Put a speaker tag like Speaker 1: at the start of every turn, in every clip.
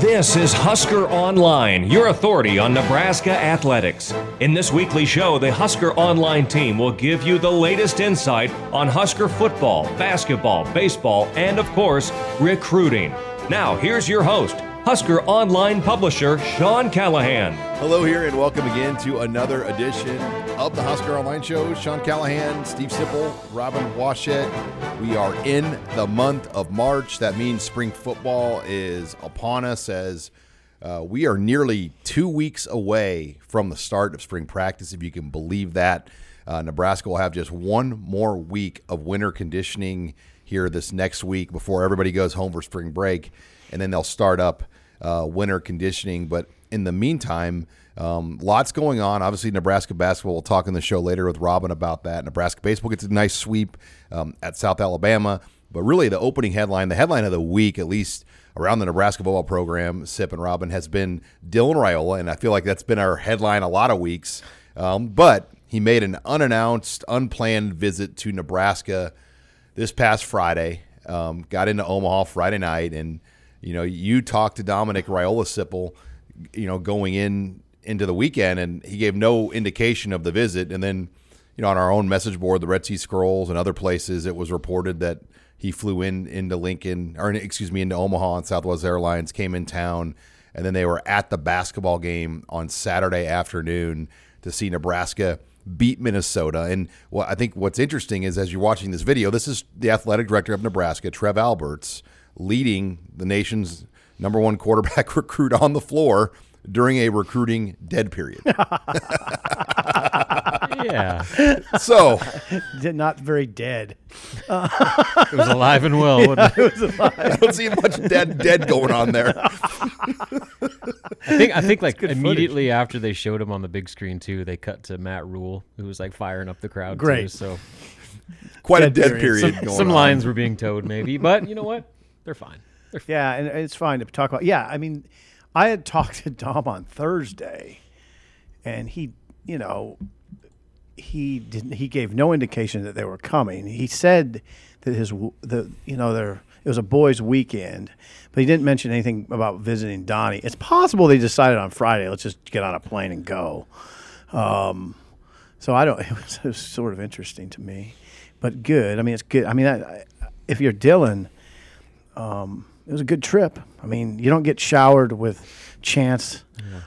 Speaker 1: This is Husker Online, your authority on Nebraska athletics. In this weekly show, the Husker Online team will give you the latest insight on Husker football, basketball, baseball, and of course, recruiting. Now, here's your host, Husker Online publisher Sean Callahan.
Speaker 2: Hello here and welcome again to another edition of the Husker Online Show. Sean Callahan, Steve Sipple, Robin Washett. We are in the month of March. That means spring football is upon us as uh, we are nearly two weeks away from the start of spring practice, if you can believe that. Uh, Nebraska will have just one more week of winter conditioning here this next week before everybody goes home for spring break, and then they'll start up uh, winter conditioning. But in the meantime, um, lots going on. Obviously, Nebraska basketball. We'll talk in the show later with Robin about that. Nebraska baseball gets a nice sweep um, at South Alabama. But really, the opening headline, the headline of the week, at least around the Nebraska football program, Sip and Robin, has been Dylan Raiola. And I feel like that's been our headline a lot of weeks. Um, but he made an unannounced, unplanned visit to Nebraska this past Friday. Um, got into Omaha Friday night. And, you know, you talked to Dominic Raiola Sipple you know going in into the weekend and he gave no indication of the visit and then you know on our own message board the red sea scrolls and other places it was reported that he flew in into lincoln or excuse me into omaha on southwest airlines came in town and then they were at the basketball game on saturday afternoon to see nebraska beat minnesota and well i think what's interesting is as you're watching this video this is the athletic director of nebraska trev alberts leading the nation's number one quarterback recruit on the floor during a recruiting dead period.
Speaker 3: yeah,
Speaker 2: so
Speaker 4: Did- not very dead.
Speaker 3: it was alive and well. Wasn't it?
Speaker 2: I don't see much dead dead going on there.
Speaker 3: I think I think like
Speaker 4: good footage.
Speaker 3: immediately after they showed him on the big screen too, they cut to Matt Rule, who was like firing up the crowd. Too,
Speaker 4: Great.
Speaker 3: so
Speaker 2: Quite a
Speaker 4: Dead
Speaker 2: dead period.
Speaker 4: period.
Speaker 2: going
Speaker 3: some
Speaker 2: on.
Speaker 3: lines were being towed, maybe, but you know what? They're fine. They're fine.
Speaker 4: Yeah, and it's fine to talk about. Yeah, I mean, I had talked to Dom on Thursday, and he, you know, he didn't. He gave no indication that they were coming. He said that his w- the you know their it was a boys' weekend, but he didn't mention anything about visiting Donnie. It's possible they decided on Friday. Let's just get on a plane and go. Um, so I don't. It was, it was sort of interesting to me, but good. I mean, it's good. I mean, I, I, if you're Dylan it was a good trip. I mean, you don't get showered with chants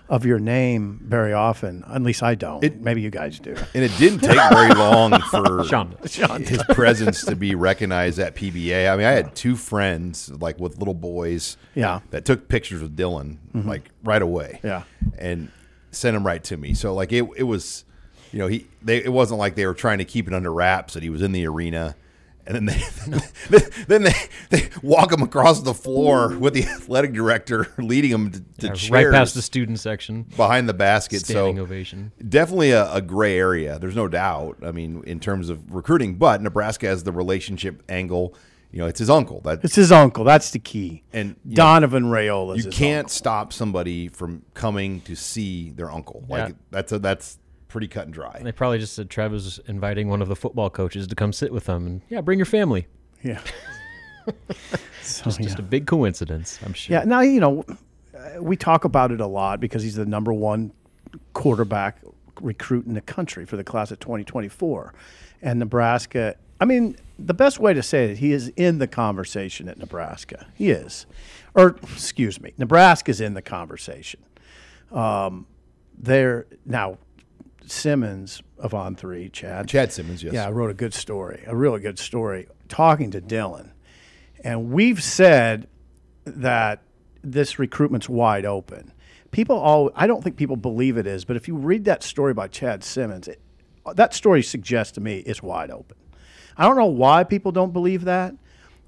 Speaker 4: of your name very often. At least I don't. Maybe you guys do.
Speaker 2: and it didn't take very long for
Speaker 3: Sean.
Speaker 2: his presence to be recognized at PBA. I mean, I had two friends like with little boys,
Speaker 4: Yeah.
Speaker 2: that took pictures with Dylan
Speaker 3: Mm-hmm.
Speaker 2: like right away,
Speaker 4: Yeah.
Speaker 2: and sent them right to me. So like it, it was, you know, he they it wasn't like they were trying to keep it under wraps that he was in the arena. And then they, then they, they walk him across the floor with the athletic director leading him to, to
Speaker 3: Yeah,
Speaker 2: chairs
Speaker 3: right past the student section,
Speaker 2: behind the basket.
Speaker 3: standing
Speaker 2: so
Speaker 3: ovation.
Speaker 2: definitely a, a gray area. There's no doubt. I mean, in terms of recruiting, but Nebraska has the relationship angle. You know, it's his uncle. That
Speaker 4: It's his uncle. That's the key.
Speaker 2: And, you know,
Speaker 4: Donovan Rayola.
Speaker 2: you can't stop somebody from coming to see their uncle. Like
Speaker 3: Yeah.
Speaker 2: that's a, that's pretty cut and
Speaker 3: And they
Speaker 2: dry.
Speaker 3: probably just said Trev was inviting one of the football coaches to come sit with them, and yeah, bring your family.
Speaker 4: Yeah. So,
Speaker 3: Just
Speaker 4: yeah.
Speaker 3: a big coincidence, I'm sure.
Speaker 4: yeah. Now you know, uh, we talk about it a lot because he's the number one quarterback recruit in the country for the class of 2024, and Nebraska. I mean, the best way to say it, he is in the conversation at Nebraska. He is, or excuse me, Nebraska's in the conversation. there now Simmons of On Three, Chad.
Speaker 2: Chad Simmons, yes.
Speaker 4: Yeah, I wrote a good story, a really good story, talking to Dylan. And we've said that this recruitment's wide open. People all I don't think people believe it is, but if you read that story by Chad Simmons, it, that story suggests to me it's wide open. I don't know why people don't believe that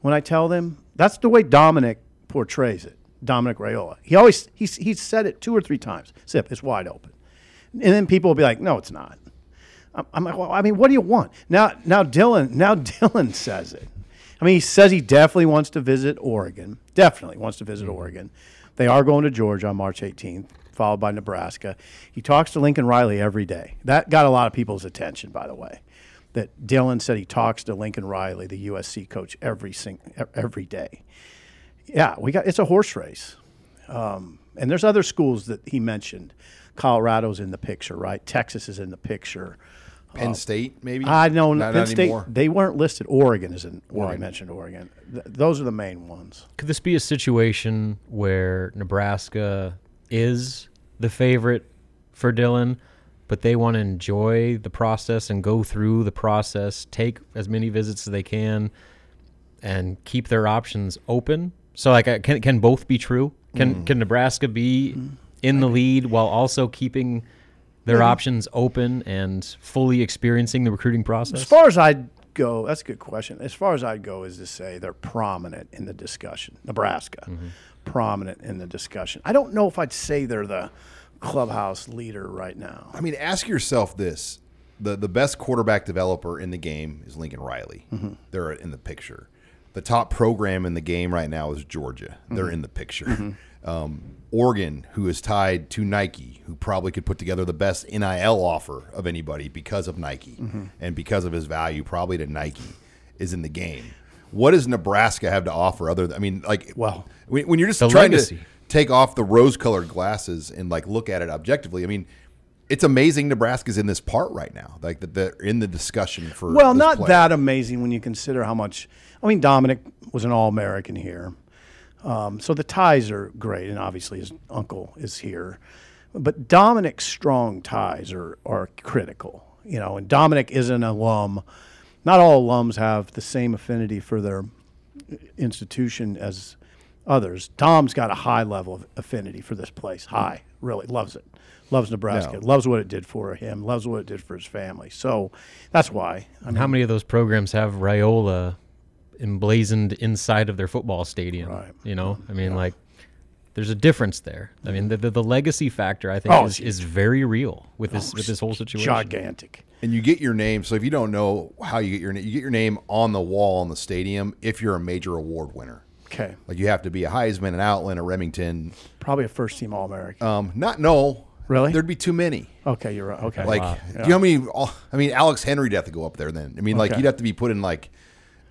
Speaker 4: when I tell them. That's the way Dominic portrays it. Dominic Rayola. He always he's he's said it two or three times. Zip, it's wide open, and then people will be like, "No, it's not." I'm, I'm like, "Well, I mean, what do you want?" Now, now Dylan, now Dylan says it. I mean, he says he definitely wants to visit Oregon. Definitely wants to visit Oregon. They are going to Georgia on March 18th, followed by Nebraska. He talks to Lincoln Riley every day. That got a lot of people's attention, by the way. That Dylan said he talks to Lincoln Riley, the USC coach, every sing- e- every day. Yeah, we got it's a horse race, um, and there's other schools that he mentioned. Colorado's in the picture, right? Texas is in the picture.
Speaker 2: Penn State, maybe.
Speaker 4: I know
Speaker 2: Not
Speaker 4: Penn State.
Speaker 2: anymore.
Speaker 4: They weren't listed. Oregon is in. Well, I mentioned Oregon. Th- those are the main ones.
Speaker 3: Could this be a situation where Nebraska is the favorite for Dylan, but they want to enjoy the process and go through the process, take as many visits as they can, and keep their options open? So, like, I- can can both be true? Can can Nebraska be in the lead while also keeping their options open and fully experiencing the recruiting
Speaker 4: As
Speaker 3: process?
Speaker 4: far as I'd go, that's a good question. As far as I'd go is to say they're prominent in the discussion. Nebraska,
Speaker 2: Mm-hmm.
Speaker 4: prominent in the discussion. I don't know if I'd say they're the clubhouse leader right now.
Speaker 2: I mean, ask yourself this: the the best quarterback developer in the game is Lincoln Riley. They're in the picture. The top program in the game right now is Georgia. They're in the picture. Um, Oregon, who is tied to Nike, who probably could put together the best NIL offer of anybody because of Nike and because of his value, probably to Nike, is in the game. What does Nebraska have to offer other? Than, I mean, like,
Speaker 4: Well,
Speaker 2: when, when you're just
Speaker 3: the
Speaker 2: trying
Speaker 3: legacy.
Speaker 2: to take off the rose-colored glasses and like look at it objectively, I mean, it's amazing Nebraska's in this part right now. Like that they're in the discussion for.
Speaker 4: Well,
Speaker 2: this
Speaker 4: not
Speaker 2: player.
Speaker 4: that amazing when you consider how much. I mean, Dominic was an All American here. Um, so the ties are great, and obviously his uncle is here. But Dominic's strong ties are, are critical, you know, and Dominic is an alum. Not all alums have the same affinity for their institution as others. Tom's got a high level of affinity for this place. High, really loves it. Loves Nebraska. Loves what it did for him. Loves what it did for his family. So that's why. I mean,
Speaker 3: How many of those programs have Rayola emblazoned inside of their football stadium?
Speaker 4: Right.
Speaker 3: You know, I mean, like, there's a difference there. I mean, the, the, the legacy factor, I think,
Speaker 4: Oh,
Speaker 3: is,
Speaker 4: it's Oh,
Speaker 3: is very real with this with this whole situation.
Speaker 4: gigantic.
Speaker 2: And you get your name. So if you don't know how you get your name, you get your name on the wall in the stadium if you're a major award winner.
Speaker 4: Okay,
Speaker 2: Like you have to be a Heisman, an Outland, a Remington.
Speaker 4: probably a first team All American.
Speaker 2: Um, not no.
Speaker 4: Really?
Speaker 2: There'd be too many.
Speaker 4: okay, you're right. Okay,
Speaker 2: Like, do you know how many? all- I mean, Alex Henry'd have to go up there then. I mean, like
Speaker 4: Okay.
Speaker 2: you'd have to be putting like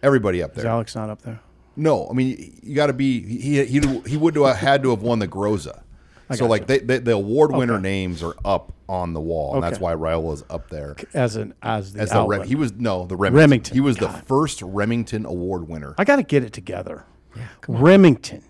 Speaker 2: everybody up
Speaker 4: is
Speaker 2: there.
Speaker 4: Alex not up there?
Speaker 2: No, I mean you got to be he he he would have had to have won the Groza. So like they, they, the award winner names are up on the wall, and that's
Speaker 4: Okay.
Speaker 2: why Raiola is up there
Speaker 4: As an as the,
Speaker 2: as the Rem,
Speaker 4: outlet.
Speaker 2: he was no the Remington.
Speaker 4: Remington,
Speaker 2: He was the
Speaker 4: God.
Speaker 2: first Remington award winner.
Speaker 4: I got to get it together. Remington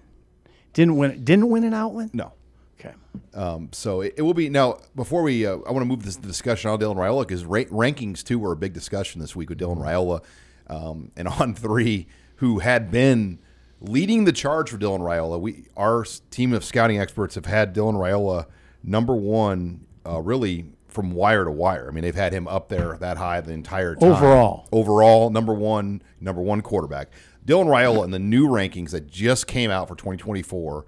Speaker 4: didn't win. Didn't win an outlet.
Speaker 2: no,
Speaker 4: Okay.
Speaker 2: um, so it, it will be now. Before we, uh, I want to move this the discussion on Dylan Raiola because ra- rankings too were a big discussion this week with Dylan Raiola um, and on three who had been leading the charge for Dylan Raiola. We our s- team of scouting experts have had Dylan Raiola number one, uh, really from wire to wire. I mean, they've had him up there that high the entire time
Speaker 4: Overall.
Speaker 2: overall number one number one quarterback. Dylan Raiola in the new rankings that just came out for 2024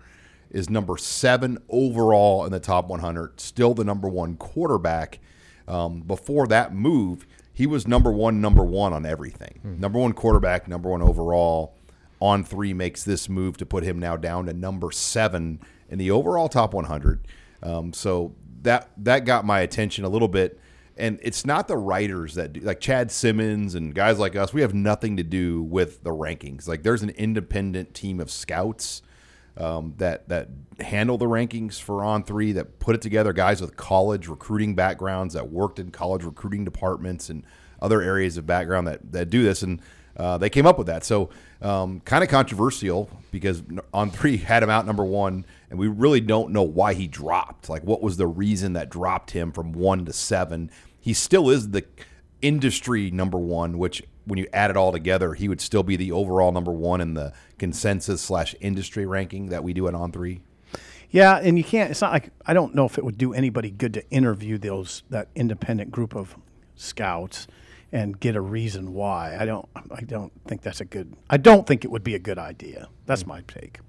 Speaker 2: is number seven overall in the top 100. Still the number one quarterback. Um, before that move, he was number one, number one on everything. Number one quarterback, number one overall. On three makes this move to put him now down to number seven in the overall top 100. Um, so that that got my attention a little bit and it's not the writers that do like Chad Simmons and guys like us. We have nothing to do with the rankings. Like there's an independent team of scouts um, that that handle the rankings for On Three that put it together. Guys with college recruiting backgrounds that worked in college recruiting departments and other areas of background that that do this, and uh, they came up with that. So um, kind of controversial because On Three had him out number one, and we really don't know why he dropped. Like what was the reason that dropped him from one to seven? He still is the industry number one, which when you add it all together, he would still be the overall number one in the consensus slash industry ranking that we do at On Three.
Speaker 4: Yeah, and you can't. It's not like I don't know if it would do anybody good to interview those that independent group of scouts and get a reason why. I don't. I don't think that's a good. I don't think it would be a good idea. That's my take.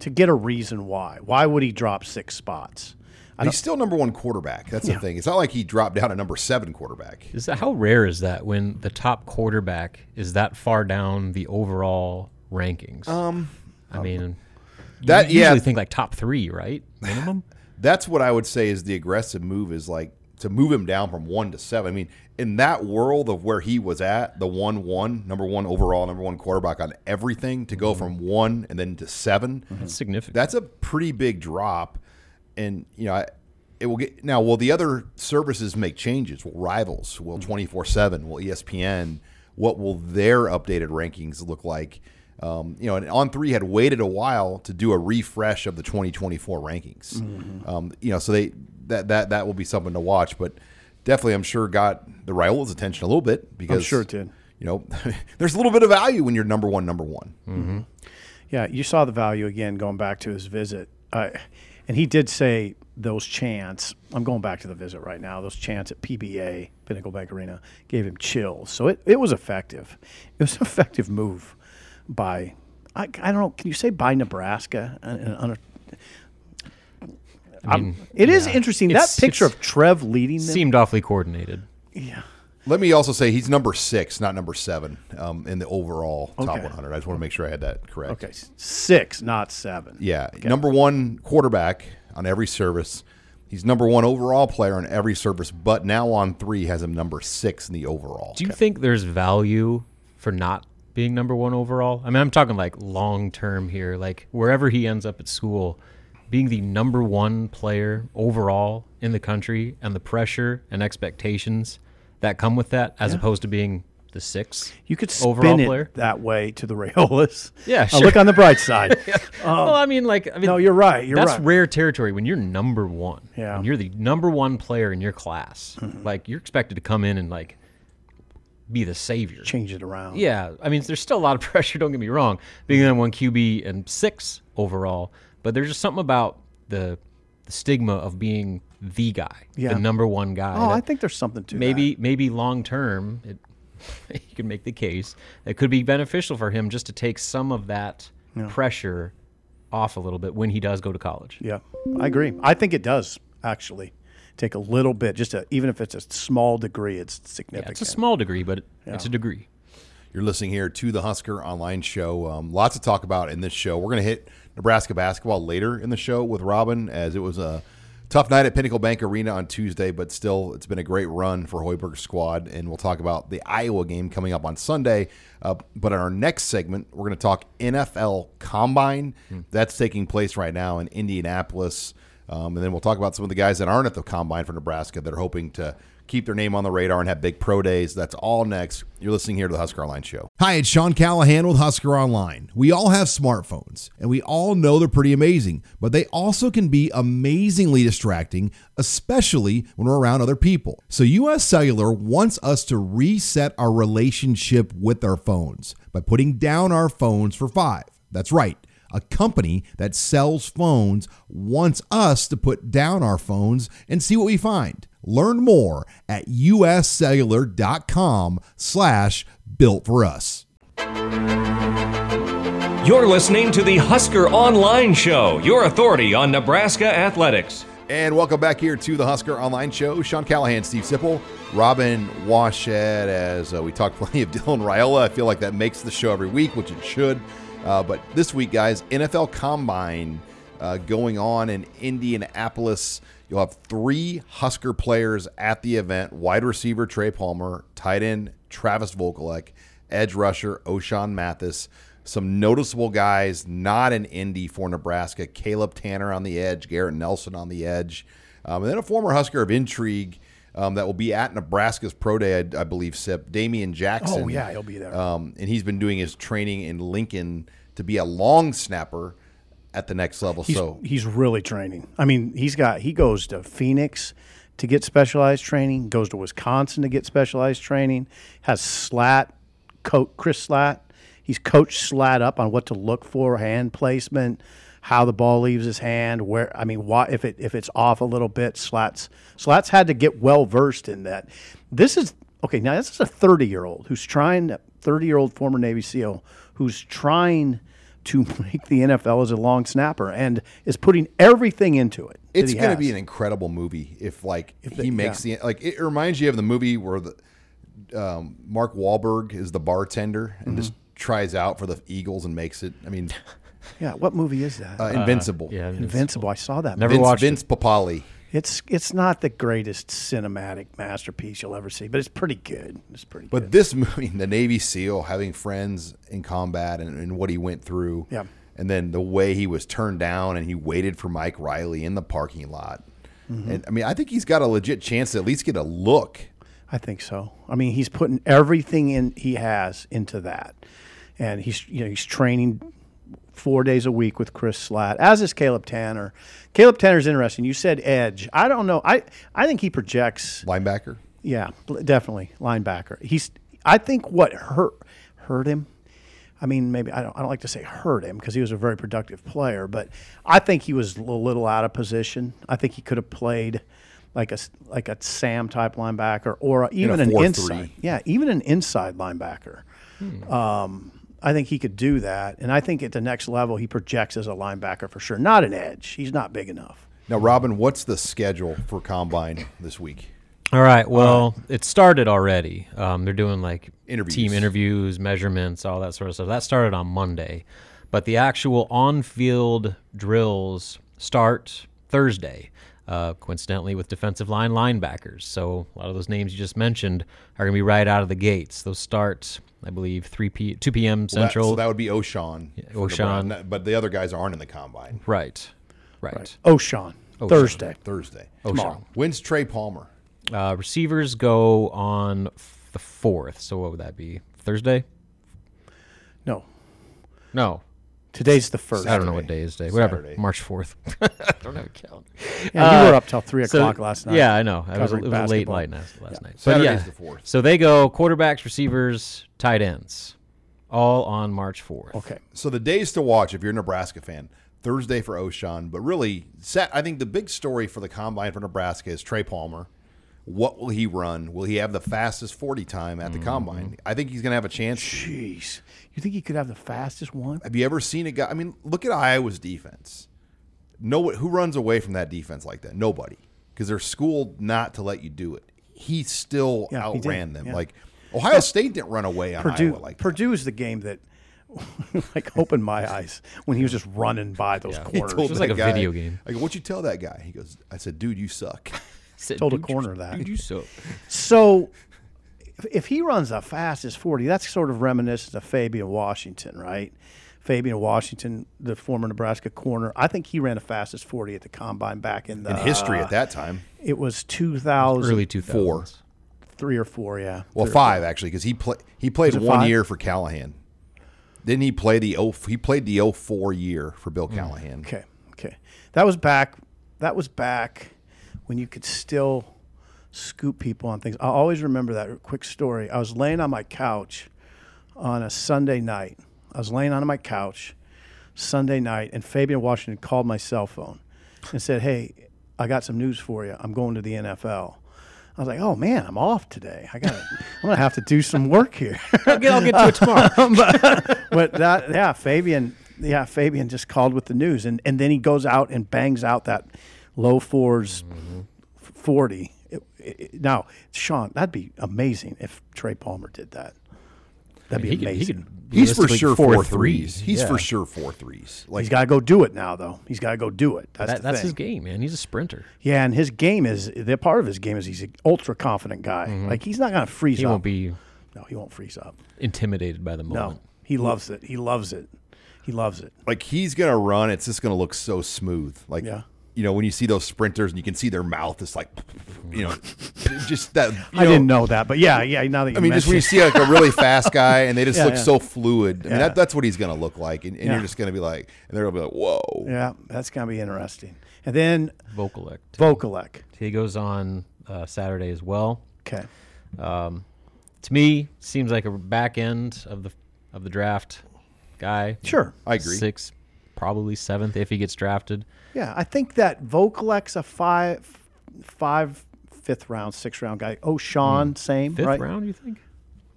Speaker 4: to get a reason why. Why would he drop six spots?
Speaker 2: But he's still number one quarterback. That's the thing. It's not like he dropped down to number seven quarterback.
Speaker 3: Is that, how rare is that when the top quarterback is that far down the overall rankings? Um, I mean,
Speaker 4: uh,
Speaker 2: That
Speaker 3: you
Speaker 2: yeah,
Speaker 3: usually think like top three, right? Minimum.
Speaker 2: that's what I would say is the aggressive move is like to move him down from one to seven. I mean, in that world of where he was at, the one one number one overall, number one quarterback on everything, to
Speaker 3: Mm-hmm.
Speaker 2: go from one and then to 7
Speaker 4: Mm.
Speaker 3: That's significant.
Speaker 2: that's a pretty big drop. And you know, I- it will get now. Will the other services make changes? Will rivals? Will
Speaker 4: Mm-hmm.
Speaker 2: twenty four seven? Will E ESPN? What will their updated rankings look like? Um, you know, and on three had waited a while to do a refresh of the twenty twenty four rankings.
Speaker 4: Mm-hmm.
Speaker 2: Um, you know, so they that that that will be something to watch. But definitely, I'm sure got the Raiola's attention a little bit because
Speaker 4: sure it did.
Speaker 2: You know, there's a little bit of value when you're number one, number one.
Speaker 4: Yeah, you saw the value again going back to his visit. Uh, and he did say those chants. I'm going back to the visit right now. Those chants at PBA, Pinnacle Bank Arena, gave him chills. So it, it was effective. It was an effective move by, I, I don't know, can you say by Nebraska? Uh, uh, under- I'm- it is interesting.
Speaker 3: It's-
Speaker 4: that picture
Speaker 3: it's-
Speaker 4: of Trev leading them.
Speaker 3: Seemed awfully coordinated.
Speaker 2: Let me also say he's number six, not number seven, um, in the overall top
Speaker 4: Okay.
Speaker 2: 100. I just want to make sure I had that correct.
Speaker 4: okay, s- six, not seven.
Speaker 2: Yeah, number one quarterback on every service. He's number one overall player on every service, but now on three has him number six in the overall.
Speaker 3: Do you think there's value for not being number one overall? I mean, I'm talking like long term here, like wherever he ends up at school, being the number one player overall in the country and the pressure and expectations that come with that, as opposed to being the sixth.
Speaker 4: You could spin
Speaker 3: overall
Speaker 4: it
Speaker 3: player.
Speaker 4: that way to the Rayolas.
Speaker 3: Yeah,
Speaker 4: Uh, look
Speaker 3: sure.
Speaker 4: on the bright side.
Speaker 3: well, I mean, like, I mean,
Speaker 4: Oh. No, you're right. You're
Speaker 3: that's
Speaker 4: right.
Speaker 3: rare territory when you're number one.
Speaker 4: Yeah. Mm-hmm.
Speaker 3: and you're the number one player in your class. Like, you're expected to come in and like be the savior.
Speaker 4: Change it around.
Speaker 3: Yeah, I mean, there's still a lot of pressure. Don't get me wrong, being on one QB and six overall, but there's just something about the, the stigma of being the guy,
Speaker 4: Yeah.
Speaker 3: the number one guy.
Speaker 4: Oh,
Speaker 3: that
Speaker 4: I think there's something to that.
Speaker 3: maybe maybe long term, it you can make the case it could be beneficial for him just to take some of that pressure off a little bit when he does go to college.
Speaker 4: Yeah, I agree. I think it does actually take a little bit, just a, even if it's a small degree, it's
Speaker 3: Yeah,
Speaker 4: significant.
Speaker 3: it's a small degree, but it, it's a degree.
Speaker 2: You're listening here to the Husker Online Show. Um, lots to talk about in this show. We're going to hit Nebraska basketball later in the show with Robin, as it was a tough night at Pinnacle Bank Arena on Tuesday, but still, it's been a great run for Hoiberg's squad. And we'll talk about the Iowa game coming up on Sunday. Uh, but in our next segment, we're going to talk NFL Combine. That's taking place right now in Indianapolis. Um, and then we'll talk about some of the guys that aren't at the combine for Nebraska that are hoping to keep their name on the radar and have big pro days. That's all next. You're listening here to the Husker Online Show. Hi, it's Sean Callahan with Husker Online. We all have smartphones and we all know they're pretty amazing, but they also can be amazingly distracting, especially when we're around other people. So US Cellular wants us to reset our relationship with our phones by putting down our phones for five. That's right. A company that sells phones wants us to put down our phones and see what we find. Learn more at uscellular.com slash built for us.
Speaker 1: You're listening to the Husker Online Show, your authority on Nebraska athletics.
Speaker 2: And welcome back here to the Husker Online Show. Sean Callahan, Steve Sipple, Robin Washed. As uh, we talked plenty of Dylan Raiola, I feel like that makes the show every week, which it should. Uh, but this week, guys, NFL Combine uh, going on in Indianapolis. You'll have three Husker players at the event: wide receiver Trey Palmer, tight end Travis Volkolek, edge rusher O'Shawn Mathis. Some noticeable guys not in Indy for Nebraska. Caleb Tanner on the edge, Garrett Nelson on the edge, um, and then a former Husker of intrigue um, that will be at Nebraska's pro day, I, I believe. Sip Damian Jackson.
Speaker 4: Oh, yeah, he'll be there.
Speaker 2: Um, and he's been doing his training in Lincoln to be a long snapper at the next level.
Speaker 4: he's,
Speaker 2: so
Speaker 4: he's really training. I mean, he's got he goes to Phoenix to get specialized training, goes to Wisconsin to get specialized training, has Slat, coach Chris Slat. He's coached Slat up on what to look for, hand placement, how the ball leaves his hand, where I mean, why if it if it's off a little bit, Slat's Slat's had to get well versed in that. This is okay. Now this is a thirty year old who's trying thirty year old former Navy SEAL who's trying to make the NFL as a long snapper and is putting everything into it. that
Speaker 2: It's
Speaker 4: he
Speaker 2: going to
Speaker 4: has.
Speaker 2: be an incredible movie if like he makes the like it reminds you of the movie where the um, Mark Wahlberg is the bartender and just tries out for the Eagles and makes it. I mean,
Speaker 4: yeah. What movie is that?
Speaker 2: uh, Invincible.
Speaker 3: Yeah,
Speaker 4: Invincible. I saw that.
Speaker 3: Never
Speaker 4: movie.
Speaker 2: Vince,
Speaker 3: watched it.
Speaker 2: Vince Papali.
Speaker 4: It's it's not the greatest cinematic masterpiece you'll ever see, but it's pretty good. It's pretty
Speaker 2: But
Speaker 4: good.
Speaker 2: this movie, the Navy SEAL having friends in combat and, and what he went through,
Speaker 4: Yeah.
Speaker 2: and then the way he was turned down and he waited for Mike Riley in the parking lot. And I mean, I think he's got a legit chance to at least get a look.
Speaker 4: I think so. I mean, he's putting everything in he has into that, and he's you know he's training four days a week with Chris Slatt, as is Caleb Tanner. Caleb Tanner's interesting. You said edge. I don't know. I I think he projects.
Speaker 2: Linebacker.
Speaker 4: Yeah, bl- definitely linebacker. He's. I think what hurt hurt him. I mean, maybe I don't. I don't like to say hurt him because he was a very productive player, but I think he was a little out of position. I think he could have played like a s- like a Sam type linebacker or even an
Speaker 2: 4-3.
Speaker 4: inside. Yeah, even an inside linebacker. Um, I think he could do that, and I think at the next level he projects as a linebacker for sure. Not an edge. He's not big enough.
Speaker 2: Now, Robin, what's the schedule for combine this week?
Speaker 3: All right. Well, it started already. Um, they're doing like
Speaker 2: Interviews.
Speaker 3: team interviews, measurements, all that sort of stuff. That started on Monday, but the actual on-field drills start Thursday. Uh, coincidentally, with defensive line linebackers. So a lot of those names you just mentioned are going to be right out of the gates. Those start, I believe, three p. two p.m.
Speaker 2: That-
Speaker 3: Central.
Speaker 2: so that would be O'Shawn. for
Speaker 3: O'Shawn.
Speaker 2: LeBron, but the other guys aren't in the combine
Speaker 3: right. Right.
Speaker 4: Oh, Sean. Thursday.
Speaker 2: Thursday.
Speaker 4: Tomorrow.
Speaker 2: When's Trey Palmer?
Speaker 3: Uh, receivers go on f- the fourth. So what would that be? Thursday?
Speaker 4: No,
Speaker 3: No.
Speaker 4: today's the first.
Speaker 3: I don't know what day is day. Whatever.
Speaker 2: Saturday.
Speaker 3: March fourth. I don't have a calendar.
Speaker 4: Yeah, you were up till three
Speaker 3: Uh, So-
Speaker 4: o'clock last night.
Speaker 3: Yeah, I know. I was, it
Speaker 4: covering
Speaker 3: was a late
Speaker 4: basketball.
Speaker 3: night last, last night. But
Speaker 2: Saturday's
Speaker 3: yeah.
Speaker 2: the 4th.
Speaker 3: So they go quarterbacks, receivers, tight ends, all on March fourth.
Speaker 4: Okay.
Speaker 2: So the days to watch if you're a Nebraska fan. Thursday for O'Shawn, but really, Sat- I think the big story for the combine for Nebraska is Trey Palmer. What will he run? Will he have the fastest 40 time at the
Speaker 3: Mm-hmm.
Speaker 2: combine? I think he's going to have a chance.
Speaker 4: Jeez, you think he could have the fastest one?
Speaker 2: Have you ever seen a guy? I mean, look at Iowa's defense. No, who runs away from that defense like that? Nobody, because they're schooled not to let you do it. He still
Speaker 4: Yeah, he did.
Speaker 2: outran them.
Speaker 4: Yeah.
Speaker 2: Like Ohio State didn't run away on
Speaker 4: Purdue.
Speaker 2: Iowa like that.
Speaker 4: Purdue's the game that like opened my eyes when he was just running by those
Speaker 2: He
Speaker 4: corners.
Speaker 2: told
Speaker 3: It was
Speaker 2: that
Speaker 3: like a
Speaker 2: guy-
Speaker 3: video game.
Speaker 2: I go, "What'd you tell that guy?" He goes, "I said, dude, you suck."
Speaker 4: told a corner that.
Speaker 3: you so.
Speaker 4: So if- if he runs the fastest 40, that's sort of reminiscent of Fabian Washington, right? Fabian Washington, the former Nebraska corner, I think he ran the fastest 40 at the combine back in the
Speaker 2: in history at that time.
Speaker 4: It was 2000,
Speaker 3: Early two
Speaker 2: Four.
Speaker 3: thousands.
Speaker 4: three or four, yeah.
Speaker 2: Well, five actually, because he play, he played
Speaker 4: it
Speaker 2: one
Speaker 4: five?
Speaker 2: year for Callahan. Then he played the oh he played the 04 year for Bill Callahan.
Speaker 4: Hmm. Okay. Okay. That was back. That was back when you could still scoop people on things. I always remember that quick story. I was laying on my couch on a Sunday night. I was laying on my couch Sunday night, and Fabian Washington called my cell phone and said, "Hey, I got some news for you. I'm going to the NFL." I was like, "Oh man, I'm off today. I got. I'm gonna have to do some work here."
Speaker 3: I'll get, I'll get to it tomorrow.
Speaker 4: but that yeah, Fabian yeah, Fabian just called with the news and, and then he goes out and bangs out that low 4s
Speaker 3: Mm-hmm.
Speaker 4: f- 40. It- it- now, Sean, that'd be amazing if Trey Palmer did that. That'd be
Speaker 3: he, could,
Speaker 4: amazing.
Speaker 3: he could.
Speaker 2: He's for
Speaker 3: realistically
Speaker 2: sure
Speaker 3: four
Speaker 2: four threes.
Speaker 3: threes.
Speaker 2: He's
Speaker 3: Yeah.
Speaker 2: for sure four threes. Like
Speaker 4: He's got to go do it now, though. He's got to go do it. That's
Speaker 3: That,
Speaker 4: the
Speaker 3: that's
Speaker 4: thing.
Speaker 3: his game, man. He's a sprinter.
Speaker 4: Yeah, and his game is the part of his game is he's an ultra confident guy. Like he's not going to freeze
Speaker 3: Mm-hmm. He
Speaker 4: up.
Speaker 3: won't be
Speaker 4: No, he won't freeze up.
Speaker 3: intimidated by the moment.
Speaker 4: No, he loves it. He loves it. He loves it.
Speaker 2: like he's gonna run. It's just gonna look so smooth. Like
Speaker 4: Yeah.
Speaker 2: you know when you see those sprinters and you can see their mouth is like you know just that. You
Speaker 4: I didn't know that, but yeah, yeah. Now that you
Speaker 2: I mean, just when
Speaker 4: mention
Speaker 2: you
Speaker 4: it.
Speaker 2: see like a really fast guy and they just
Speaker 4: Yeah,
Speaker 2: look
Speaker 4: yeah.
Speaker 2: so fluid, I mean,
Speaker 4: Yeah.
Speaker 2: that, that's what he's going to look like. And, and
Speaker 4: Yeah.
Speaker 2: you're just going to be like, and they're going to be like, whoa.
Speaker 4: Yeah, that's gonna be interesting. And then
Speaker 3: Vocal act.
Speaker 4: Vokalek.
Speaker 3: He goes on uh, Saturday as well.
Speaker 4: Okay.
Speaker 3: to me seems like a back end of the of the draft guy.
Speaker 4: Sure.
Speaker 2: I agree.
Speaker 3: Sixth, probably seventh if he gets drafted.
Speaker 4: Yeah, I think that Vokalek's a five, five, fifth round, sixth round guy. Oh, Sean, same
Speaker 3: Hmm. Fifth
Speaker 4: right?
Speaker 3: round, you think?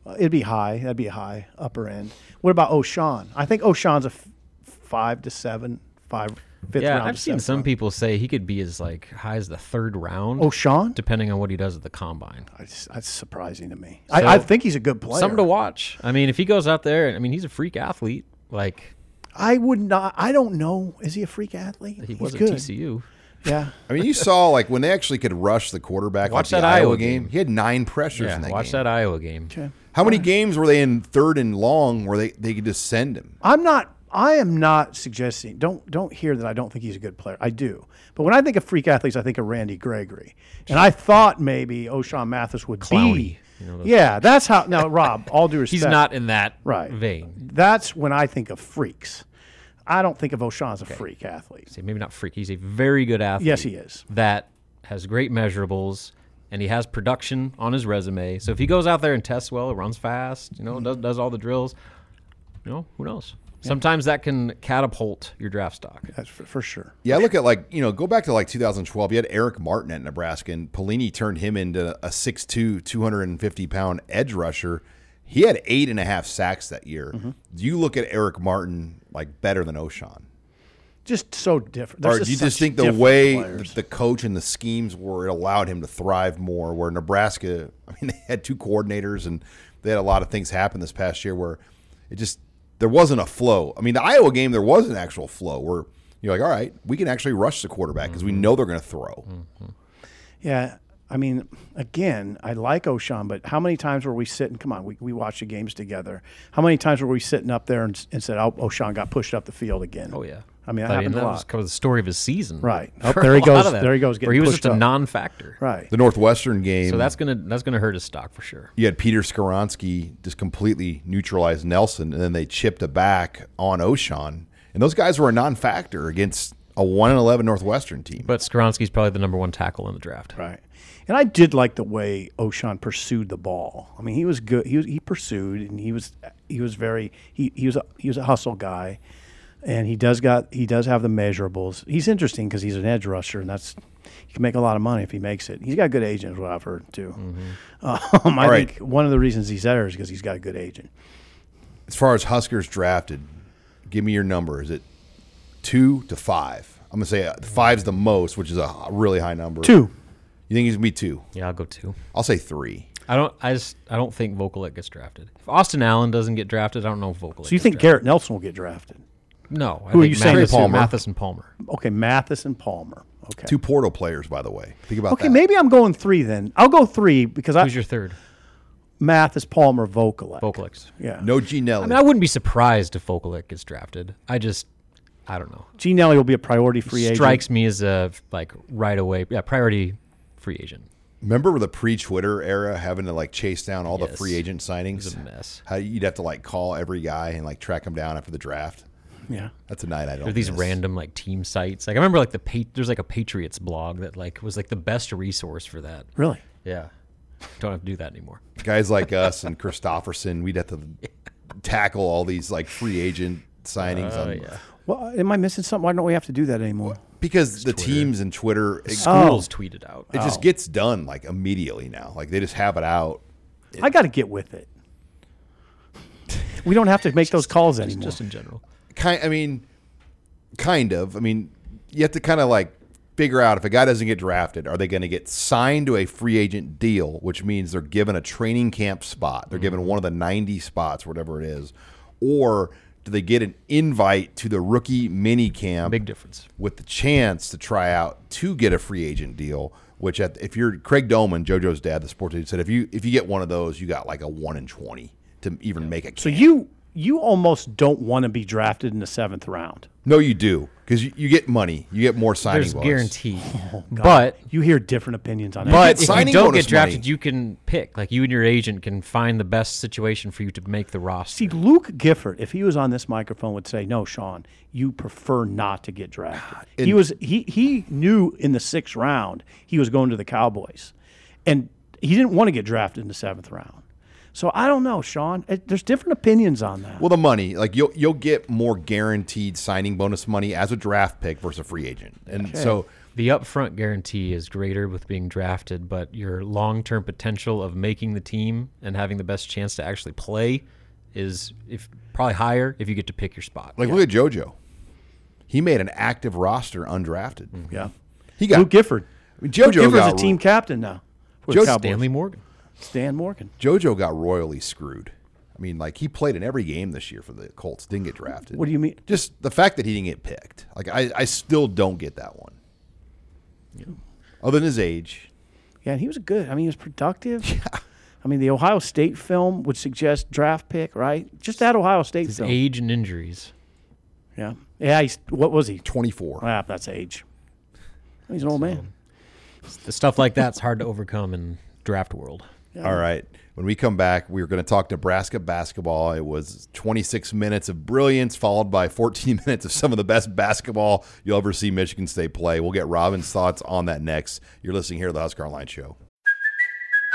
Speaker 4: Uh, It'd be high. That'd be high upper end. What about O'Shawn? I think O'Shawn's a f- five to seven, five fifth
Speaker 3: yeah,
Speaker 4: round.
Speaker 3: I've
Speaker 4: to
Speaker 3: seen
Speaker 4: seventh
Speaker 3: some
Speaker 4: round.
Speaker 3: people say he could be as like high as the third round.
Speaker 4: Oh, Sean,
Speaker 3: depending on what he does at the combine.
Speaker 4: that's, that's surprising to me.
Speaker 3: So-
Speaker 4: I, I think he's a good player.
Speaker 3: Something to watch. I mean, if he goes out there, I mean, he's a freak athlete. Like
Speaker 4: I would not. I don't know. Is he a freak athlete?
Speaker 3: he
Speaker 4: He's
Speaker 3: was at
Speaker 4: good.
Speaker 3: TCU.
Speaker 4: Yeah.
Speaker 2: I mean, you saw like when they actually could rush the quarterback.
Speaker 3: Watch
Speaker 2: like
Speaker 3: that
Speaker 2: the Iowa,
Speaker 3: Iowa
Speaker 2: game.
Speaker 3: game.
Speaker 2: He had nine pressures in
Speaker 3: Yeah,
Speaker 2: that
Speaker 3: watch
Speaker 2: game.
Speaker 3: that Iowa game.
Speaker 4: Okay.
Speaker 2: How many games were they in third and long where they, they could just send him?
Speaker 4: I'm not. I am not suggesting. Don't don't hear that. I don't think he's a good player. I do. But when I think of freak athletes, I think of Randy Gregory. And I thought maybe O'Shawn Mathis would
Speaker 3: Clowny,
Speaker 4: be. yeah, that's how. Now, Rob, all due respect,
Speaker 3: He's not in that
Speaker 4: Right.
Speaker 3: vein.
Speaker 4: That's when I think of freaks. I don't think of O'Shawn as a freak athlete.
Speaker 3: See, maybe not freak. He's a very good athlete.
Speaker 4: Yes, he is.
Speaker 3: That has great measurables, and he has production on his resume. So if he goes out there and tests well, runs fast, you know, does, does all the drills, you know, who knows? Sometimes that can catapult your draft stock.
Speaker 4: That's for, for sure.
Speaker 2: Yeah, I look at like, you know, go back to like 2012. You had Eric Martin at Nebraska, and Pelini turned him into a 6'2, 250 pound edge rusher. He had eight and a half sacks that year. You look at Eric Martin like better than O'Shawn.
Speaker 4: Just so different.
Speaker 2: Or
Speaker 4: There's
Speaker 2: do you just
Speaker 4: such
Speaker 2: think the
Speaker 4: different
Speaker 2: way
Speaker 4: players.
Speaker 2: that the coach and the schemes were, it allowed him to thrive more? Where Nebraska, I mean, they had two coordinators and they had a lot of things happen this past year where it just, there wasn't a flow. I mean, the Iowa game, there was an actual flow where you're like, all right, we can actually rush the quarterback because we
Speaker 4: Mm-hmm.
Speaker 2: know they're going to throw.
Speaker 4: Yeah. I mean, again, I like O'Shawn, but how many times were we sitting? Come on, we, we watched the games together. How many times were we sitting up there and, and said, oh, O'Shawn got pushed up the field again?
Speaker 3: Oh yeah.
Speaker 4: I mean, that
Speaker 3: But,
Speaker 4: happened a
Speaker 3: that
Speaker 4: lot.
Speaker 3: was kind of the story of his season.
Speaker 4: Right. Oh,
Speaker 3: For
Speaker 4: there
Speaker 3: a
Speaker 4: he
Speaker 3: lot
Speaker 4: goes-
Speaker 3: of that,
Speaker 4: there he goes
Speaker 3: Where he
Speaker 4: getting
Speaker 3: was
Speaker 4: pushed
Speaker 3: just a
Speaker 4: up.
Speaker 3: non-factor.
Speaker 4: Right.
Speaker 2: The Northwestern game,
Speaker 3: So that's gonna that's gonna hurt his stock for sure.
Speaker 2: you had Peter Skoronsky just completely neutralize Nelson, and then they chipped it back on O'Shawn. And those guys were a non factor against a 1 11 Northwestern team.
Speaker 3: But Skoronsky's probably the number one tackle in the draft.
Speaker 4: Right. And I did like the way O'Shawn pursued the ball. I mean, he was good. He was he pursued, and he was he was very he, he was a, he was a hustle guy, and he does got he does have the measurables. He's interesting because he's an edge rusher, and that's he can make a lot of money if he makes it. He's got a good agent, is what I've heard too. Um, I
Speaker 2: Mm-hmm. All right.
Speaker 4: think one of the reasons he's there is because he's got a good agent.
Speaker 2: as far as Huskers drafted, give me your number. Is it two to five? I'm gonna say uh, five's the most, which is a h- really high number.
Speaker 4: Two.
Speaker 2: You think he's gonna be two?
Speaker 3: Yeah, I'll go two.
Speaker 2: I'll say three.
Speaker 3: I don't. I just. I don't think Vokalek gets drafted. If Austin Allen doesn't get drafted, I don't know if Vokalek.
Speaker 4: So you think Garrett Nelson will get drafted?
Speaker 3: No. I
Speaker 4: Who are
Speaker 3: think
Speaker 4: you saying
Speaker 3: Mathis,
Speaker 4: the two?
Speaker 3: Palmer. Mathis and Palmer.
Speaker 4: Okay, Mathis and Palmer. Okay.
Speaker 2: Two Porto players, by the way. Think about
Speaker 4: Okay,
Speaker 2: that.
Speaker 4: maybe I'm going three then. I'll go three because I
Speaker 3: Who's your third?
Speaker 4: Mathis, Palmer, Vocalek.
Speaker 3: Vokalek's.
Speaker 4: Yeah.
Speaker 2: no G Nelly.
Speaker 3: I mean, I wouldn't be surprised if Vokalek gets drafted. I just. I don't know.
Speaker 4: Gene Nelly will be a priority free agent.
Speaker 3: Strikes me as a like right away. Yeah, priority free agent.
Speaker 2: Remember the pre-Twitter era, having to like chase down all the
Speaker 3: Yes.
Speaker 2: free agent signings.
Speaker 3: It's a mess.
Speaker 2: How you'd have to like call every guy and like track him down after the draft.
Speaker 4: Yeah.
Speaker 2: That's a night I don't.
Speaker 3: Or these
Speaker 2: miss.
Speaker 3: random like team sites. Like I remember like the pa- there's like a Patriots blog that like was like the best resource for that.
Speaker 4: Really?
Speaker 3: Yeah. Don't have to do that anymore.
Speaker 2: guys like us and Christofferson. We'd have to tackle all these like free agent signings.
Speaker 3: Uh,
Speaker 2: on,
Speaker 4: Well, uh, am I missing something? Why don't we have to do that anymore?
Speaker 2: because the teams and Twitter, it,
Speaker 4: Oh.
Speaker 3: Schools tweeted out.
Speaker 2: it just gets done like immediately now. Like they just have it out.
Speaker 4: I got to get with it. We don't have to make those calls anymore.
Speaker 3: just in general.
Speaker 2: Kind, I mean, kind of. I mean, you have to kind of like figure out if a guy doesn't get drafted, are they going to get signed to a free agent deal, which means they're given a training camp spot, they're given one of the ninety spots, whatever it is, or do they get an invite to the rookie mini camp?
Speaker 3: Big difference.
Speaker 2: with the chance to try out to get a free agent deal. Which, at, if you're Craig Doman, JoJo's dad, the sports agent, said if you if you get one of those, you got like a one in twenty to even make a.
Speaker 4: so
Speaker 2: camp.
Speaker 4: you you almost don't want to be drafted in the seventh round.
Speaker 2: no, you do because you, you get money, you get more signing
Speaker 3: There's
Speaker 2: bonus.
Speaker 3: guarantee. but
Speaker 4: You hear different opinions on
Speaker 2: But
Speaker 4: it.
Speaker 3: if you
Speaker 2: signing
Speaker 3: don't
Speaker 2: bonus
Speaker 3: get drafted,
Speaker 2: money.
Speaker 3: you can pick. Like you and your agent can find the best situation for you to make the roster.
Speaker 4: See, Luke Gifford, if he was on this microphone, would say, "No, Sean, you prefer not to get drafted." he was he he knew in the sixth round he was going to the Cowboys, and he didn't want to get drafted in the seventh round. So I don't know, Sean. It, there's different opinions on that.
Speaker 2: Well, the money, like you'll you'll get more guaranteed signing bonus money as a draft pick versus a free agent, and so
Speaker 3: the upfront guarantee is greater with being drafted, but your long-term potential of making the team and having the best chance to actually play is if probably higher if you get to pick your spot.
Speaker 2: like look at JoJo. He made an active roster undrafted.
Speaker 4: Yeah.
Speaker 2: He got
Speaker 4: Luke Gifford.
Speaker 2: JoJo
Speaker 4: Luke Gifford's a
Speaker 2: got-
Speaker 4: team captain now. with
Speaker 2: Joe
Speaker 4: Cowboys.
Speaker 3: Stanley Morgan.
Speaker 4: Stan Morgan.
Speaker 2: JoJo got royally screwed. I mean, like he played in every game this year for the Colts, didn't get drafted.
Speaker 4: What do you mean?
Speaker 2: Just the fact that he didn't get picked. Like I, I still don't get that one. Other than his age,
Speaker 4: Yeah, and he was good. I mean, he was productive. Yeah. I mean, the Ohio State film would suggest draft pick, right? Just that Ohio State
Speaker 3: His
Speaker 4: film.
Speaker 3: age and injuries.
Speaker 4: Yeah. Yeah. He's, what was he?
Speaker 2: twenty four.
Speaker 4: Ah, that's age. He's an old man.
Speaker 3: The stuff like that's hard to overcome in draft world.
Speaker 2: All right. When we come back, we're going to talk Nebraska basketball. It was 26 minutes of brilliance, followed by 14 minutes of some of the best basketball you'll ever see Michigan State play. We'll get Robin's thoughts on that next. You're listening here to the Husker Online Show.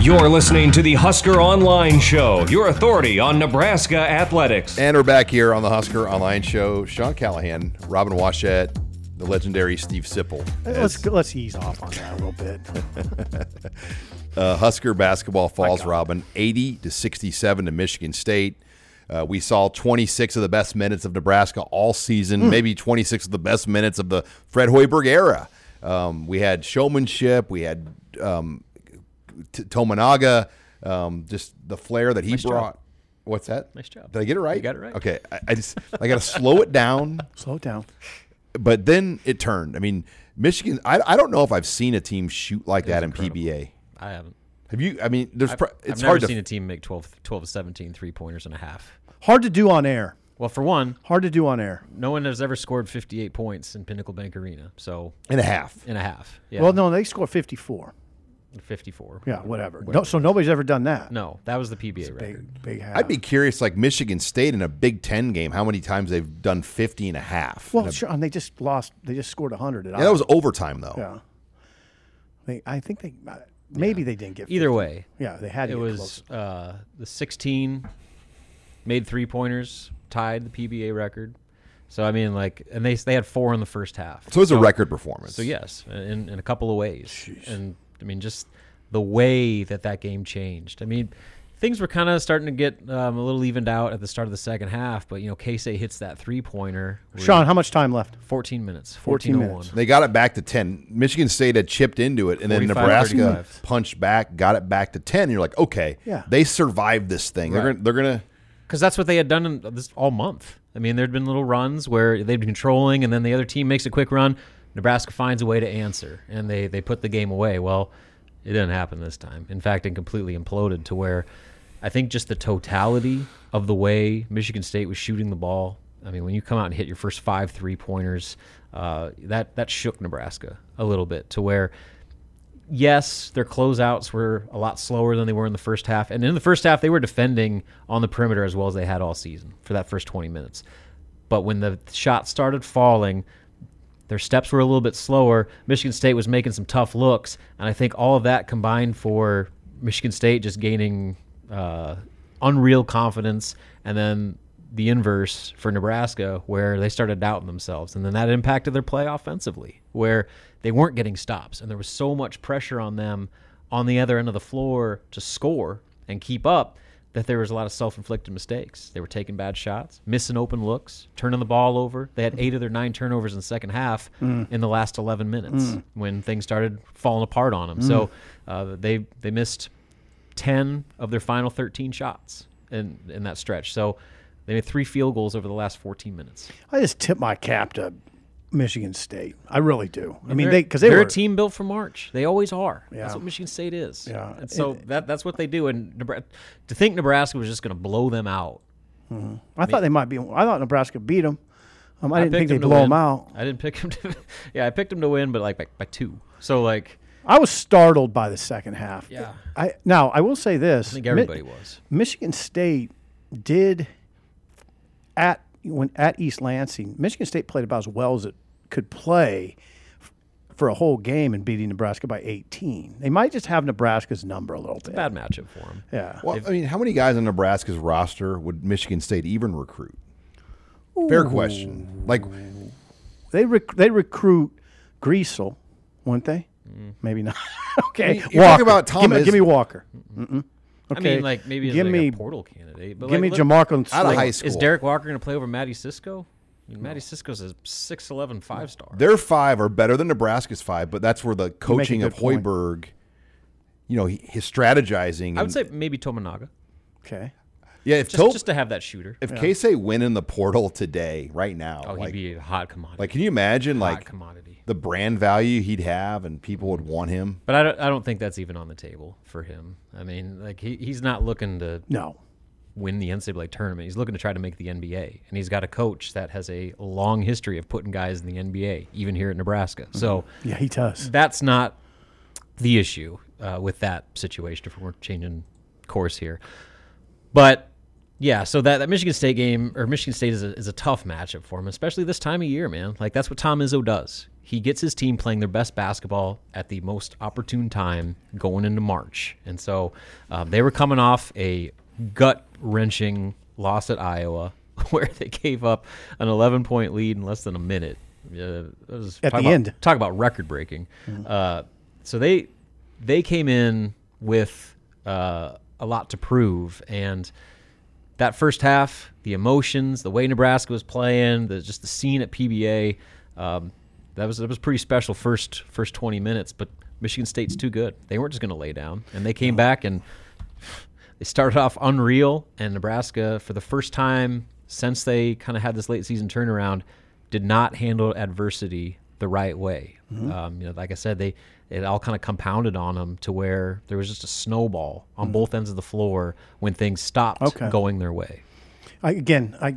Speaker 1: You're listening to the Husker Online Show, your authority on Nebraska athletics.
Speaker 2: And we're back here on the Husker Online Show. Sean Callahan, Robin Washett, the legendary Steve Sipple.
Speaker 4: Let's go- let's ease off on that a little bit.
Speaker 2: Uh, Husker basketball falls, Robin, 80 to 67 to Michigan State. Uh, we saw 26 of the best minutes of Nebraska all season,
Speaker 3: Hmm.
Speaker 2: maybe 26 of the best minutes of the Fred Hoiberg era. Um, we had showmanship. We had um, T- Tominaga, um, just the flair that he brought. What's that?
Speaker 3: Nice job.
Speaker 2: Did I get it right?
Speaker 3: got it right.
Speaker 2: Okay. I, I just I got to slow it down
Speaker 4: Slow down.
Speaker 2: but then it turned. I mean, Michigan. I, I don't know if I've seen a team shoot like that in PBA.
Speaker 3: I haven't.
Speaker 2: Have you? I mean, there's. pro- it's
Speaker 3: I've never
Speaker 2: hard to.
Speaker 3: seen a team make 12, 12 to 17 three pointers and a half.
Speaker 4: Hard to do on air.
Speaker 3: Well, for one,
Speaker 4: Hard to do on air.
Speaker 3: no one has ever scored 58 points in Pinnacle Bank Arena. So,
Speaker 2: and a half.
Speaker 3: and a half. Yeah.
Speaker 4: Well, no, they score 54.
Speaker 3: 54.
Speaker 4: Yeah, whatever. No, so nobody's ever done that.
Speaker 3: No, that was the PBA record.
Speaker 4: Big, big half.
Speaker 2: I'd be curious, like Michigan State in a Big Ten game, how many times they've done 50 and a half.
Speaker 4: well, sure. And they just lost. They just scored 100. At
Speaker 2: yeah, that was overtime, though.
Speaker 4: Yeah. They, I think they uh, maybe they didn't get
Speaker 3: Either way,
Speaker 4: Yeah, they had to
Speaker 3: it
Speaker 4: get
Speaker 3: was
Speaker 4: close.
Speaker 3: uh, the 16 made three pointers, tied the PBA record. So I mean, like, and they they had four in the first half.
Speaker 2: So it was a record performance.
Speaker 3: So yes, in, in a couple of ways, and I mean just the way that that game changed. I mean, things were kind of starting to get um, a little evened out at the start of the second half, but you know, Casey hits that three pointer.
Speaker 4: Sean, how much time left?
Speaker 3: 14 minutes, oh
Speaker 4: 14
Speaker 3: 14,
Speaker 4: minutes.
Speaker 2: They got it back to 10. Michigan State had chipped into it, and then
Speaker 3: 45,
Speaker 2: Nebraska
Speaker 3: 35.
Speaker 2: punched back, got it back to 10. You're like, okay,
Speaker 4: Yeah.
Speaker 2: they survived this thing. They're
Speaker 3: Right.
Speaker 2: gonna, they're going to.
Speaker 3: because that's what they had done in this all month. I mean, there'd been little runs where they'd been controlling, and then the other team makes a quick run. Nebraska finds a way to answer, and they they put the game away. Well, it didn't happen this time. In fact, it completely imploded to where I think just the totality of the way Michigan State was shooting the ball. I mean, when you come out and hit your first five three pointers, uh, that that shook Nebraska a little bit to where yes, their closeouts were a lot slower than they were in the first half. And in the first half, they were defending on the perimeter as well as they had all season for that first 20 minutes. But when the shots started falling, their steps were a little bit slower. Michigan State was making some tough looks. And I think all of that combined for Michigan State just gaining uh, unreal confidence. And then the inverse for Nebraska, where they started doubting themselves. And then that impacted their play offensively, where they weren't getting stops. And there was so much pressure on them on the other end of the floor to score and keep up that there was a lot of self-inflicted mistakes. They were taking bad shots, missing open looks, turning the ball over. They had eight of their nine turnovers in the second half
Speaker 4: Mm.
Speaker 3: in the last 11 minutes when things started falling apart on them.
Speaker 4: Mm.
Speaker 3: So uh, they they missed 10 of their final 13 shots in in that stretch. So they made three field goals over the last 14 minutes.
Speaker 4: I just tip my cap to Michigan State. I really do. I mean,
Speaker 3: They're-
Speaker 4: they because they
Speaker 3: they're
Speaker 4: were
Speaker 3: a team built for March. They always are.
Speaker 4: Yeah.
Speaker 3: That's what Michigan State is.
Speaker 4: Yeah.
Speaker 3: And so that that's what they do. And Nebra- to think Nebraska was just going to blow them out
Speaker 4: I thought they might be. I thought Nebraska beat them. Um, I, didn't think
Speaker 3: picked
Speaker 4: they
Speaker 3: 'em to
Speaker 4: blow
Speaker 3: win.
Speaker 4: them out.
Speaker 3: I didn't pick him to. Yeah, I picked him to win, but like by, by two. So like,
Speaker 4: I was startled by the second half.
Speaker 3: Yeah.
Speaker 4: I now I will say this.
Speaker 3: I think everybody was.
Speaker 4: Michigan State did at when at East Lansing, Michigan State played about as well as it could play f- for a whole game and beating Nebraska by 18. They might just have Nebraska's number a little bit.
Speaker 3: Bad matchup for him.
Speaker 4: Yeah.
Speaker 2: Well, I mean, how many guys on Nebraska's roster would Michigan State even recruit? Fair question. Like,
Speaker 4: They rec- they recruit Greasel, wouldn't they?
Speaker 3: Mm.
Speaker 4: Maybe not. okay.
Speaker 2: You- you talk about
Speaker 4: Give me-
Speaker 2: Thomas.
Speaker 4: Give me, Walker. Mm-mm. Okay.
Speaker 3: I mean, like maybe as
Speaker 4: give
Speaker 3: like
Speaker 4: me
Speaker 3: a portal candidate. But
Speaker 4: give
Speaker 3: like,
Speaker 4: me
Speaker 3: look-
Speaker 4: Jamarcus
Speaker 2: Out of
Speaker 4: Slade.
Speaker 2: high school.
Speaker 3: Is Derek Walker going to play over Matty Cisco? I mean, Matty Cisco's a 6'11 five star.
Speaker 2: their five are better than Nebraska's five, but that's where the coaching of
Speaker 4: good point.
Speaker 2: Hoiberg, you know, he- his strategizing.
Speaker 3: I would
Speaker 2: and-
Speaker 3: say maybe Tominaga.
Speaker 4: Okay.
Speaker 2: yeah, if
Speaker 3: Just,
Speaker 2: Tope-
Speaker 3: just to have that shooter.
Speaker 2: if Casey went in the portal today, right now,
Speaker 3: oh, he'd
Speaker 2: like,
Speaker 3: be a hot commodity.
Speaker 2: like, can you imagine
Speaker 3: hot
Speaker 2: like
Speaker 3: commodity.
Speaker 2: the brand value he'd have and people would want him?
Speaker 3: But I don't, I don't think that's even on the table for him. I mean, like he, he's not looking to
Speaker 4: No.
Speaker 3: win the NCAA tournament. He's looking to try to make the NBA, and he's got a coach that has a long history of putting guys in the NBA, even here at Nebraska. So
Speaker 4: Yeah, he does.
Speaker 3: that's not the issue uh, with that situation. If we're changing course here, but yeah, so that, that Michigan State game or Michigan State is a, is a tough matchup for him, especially this time of year, man. Like that's what Tom Izzo does. He gets his team playing their best basketball at the most opportune time going into March, and so um, they were coming off a gut wrenching loss at Iowa, where they gave up an 11 point lead in less than a minute. Uh, it was talk
Speaker 4: At the
Speaker 3: about-
Speaker 4: end. Mm-hmm.
Speaker 3: talk about record breaking. Uh, so they they came in with uh, a lot to prove, and that first half, the emotions, the way Nebraska was playing, the just the scene at PBA, um, that was that was pretty special first first twenty minutes. But Michigan State's too good; they weren't just going to lay down, and they came back and they started off unreal. And Nebraska, for the first time since they kind of had this late season turnaround, did not handle adversity the right way. Um, you know, like I said, they it all kind of compounded on them to where there was just a snowball on both ends of the floor when things stopped
Speaker 4: Okay.
Speaker 3: going their way.
Speaker 4: I, again, I,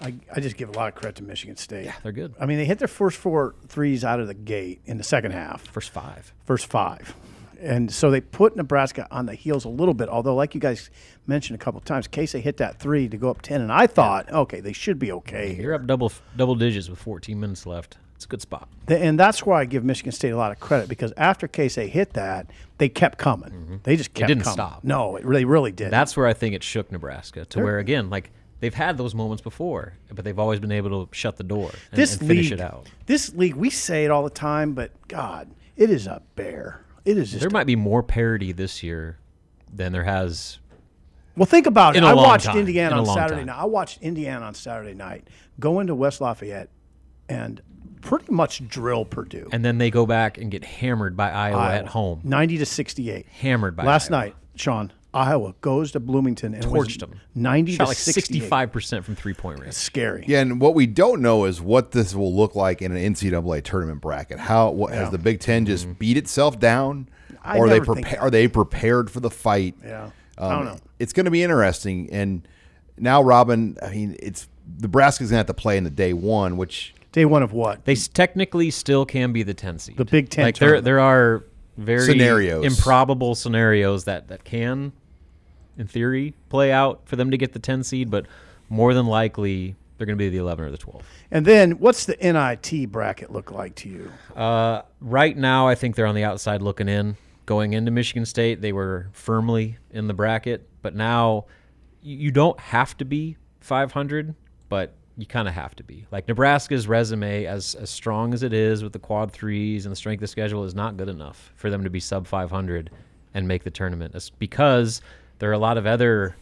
Speaker 4: I, I just give a lot of credit to Michigan State. Yeah,
Speaker 3: They're good.
Speaker 4: I mean, they hit their first four threes out of the gate in the second half,
Speaker 3: First five.
Speaker 4: first five. And so they put Nebraska on the heels a little bit, although, like you guys mentioned a couple of times, Casey hit that three to go up 10. And I thought, okay, they should be okay here.
Speaker 3: You're up double double digits with 14 minutes left. It's a good spot.
Speaker 4: Th- And that's why I give Michigan State a lot of credit because after Casey hit that, they kept coming. They just kept
Speaker 3: Mm-hmm. didn't
Speaker 4: coming.
Speaker 3: stop.
Speaker 4: No, it really, really did.
Speaker 3: That's where I think it shook Nebraska to where again, like they've had those moments before, but they've always been able to shut the door and,
Speaker 4: this
Speaker 3: and
Speaker 4: league,
Speaker 3: finish it out.
Speaker 4: This league, we say it all the time, but God, it is a bear. It is just
Speaker 3: There might be more parity this year than there has.
Speaker 4: Well, think about
Speaker 3: In
Speaker 4: it.
Speaker 3: a
Speaker 4: I
Speaker 3: long
Speaker 4: watched
Speaker 3: time. In
Speaker 4: Indiana
Speaker 3: a
Speaker 4: on
Speaker 3: long
Speaker 4: Saturday
Speaker 3: time.
Speaker 4: night. I watched Indiana on Saturday night go into West Lafayette and pretty much drill Purdue.
Speaker 3: And then they go back and get hammered by Iowa,
Speaker 4: Iowa,
Speaker 3: at home.
Speaker 4: 90 to 68.
Speaker 3: Hammered by
Speaker 4: Last
Speaker 3: Iowa.
Speaker 4: night, Sean, Iowa goes to Bloomington and was
Speaker 3: Torched them.
Speaker 4: 90
Speaker 3: Shot
Speaker 4: to
Speaker 3: like
Speaker 4: 68.
Speaker 3: 65% from three point range.
Speaker 4: Scary.
Speaker 2: Yeah, and what we don't know is what this will look like in an NCAA tournament bracket. How what, has the Big Ten just
Speaker 3: Mm-hmm.
Speaker 2: beat itself down?
Speaker 4: I
Speaker 2: are they
Speaker 4: never think-
Speaker 2: prepa- Are they prepared for the fight?
Speaker 4: Yeah.
Speaker 2: Um,
Speaker 4: I don't know.
Speaker 2: It's going to be interesting. And now, Robin, I mean, it's Nebraska's going to have to play in the day one, which
Speaker 4: Day one of what?
Speaker 3: They s- technically still can be the 10 seed.
Speaker 4: The Big Ten
Speaker 3: Like there,
Speaker 4: tournament.
Speaker 3: there are very
Speaker 2: Scenarios.
Speaker 3: improbable scenarios that, that can, in theory, play out for them to get the 10 seed, but more than likely they're going to be the 11 or the 12.
Speaker 4: And then what's the NIT bracket look like to you?
Speaker 3: Right now, I think they're on the outside looking in. Going into Michigan State, they were firmly in the bracket, but now you you don't have to be 500, but you kind of have to be. Like Nebraska's resume, as as strong as it is with the quad threes and the strength of schedule, is not good enough for them to be sub 500 and make the tournament. It's because there are a lot of other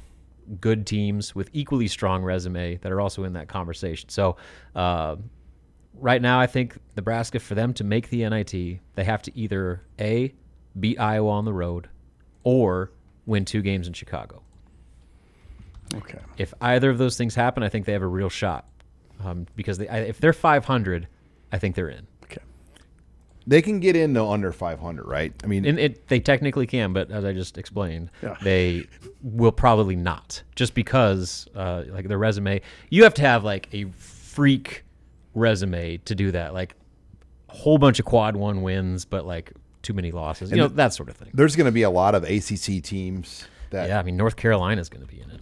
Speaker 3: good teams with equally strong resume that are also in that conversation. So. Uh, right now, I think Nebraska, for them to make the NIT, they have to either A, beat Iowa on the road or win two games in Chicago.
Speaker 4: Okay.
Speaker 3: If either of those things happen, I think they have a real shot um, because they, I, if they're 500, I think they're in.
Speaker 4: Okay.
Speaker 2: they can get in though under 500, right? I mean,
Speaker 3: And it, they technically can, but as I just explained, they will probably not, just because uh, like their resume. You have to have like a freak resume to do that, like a whole bunch of quad one wins, but like too many losses, you know that sort of thing.
Speaker 2: there's going to be a lot of ACC teams that
Speaker 3: Yeah, I mean North Carolina's going to be in it.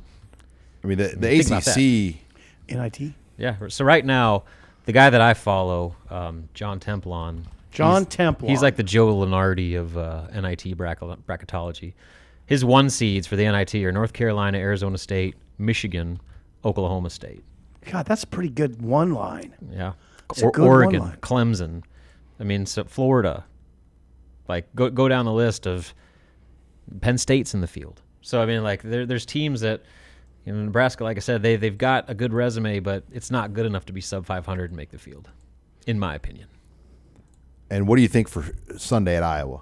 Speaker 2: I mean the, the
Speaker 3: about that.
Speaker 2: ACC
Speaker 4: NIT?
Speaker 3: Yeah. So right now, the guy that I follow, um, John Templon.
Speaker 4: John
Speaker 3: he's-
Speaker 4: Templon.
Speaker 3: He's like the Joe Lenardi of uh, NIT brackel- bracketology. His one seeds for the NIT are North Carolina, Arizona State, Michigan, Oklahoma State.
Speaker 4: God, that's a pretty good one line.
Speaker 3: Yeah.
Speaker 4: a
Speaker 3: or
Speaker 4: good one
Speaker 3: Oregon,
Speaker 4: line.
Speaker 3: Clemson. I mean, so Florida. Like go go down the list of Penn State's in the field. So I mean, like there, there's teams that you know, Nebraska, like I said, they they've got a good resume, but it's not good enough to be sub 500 and make the field, in my opinion.
Speaker 2: And what do you think for Sunday at Iowa?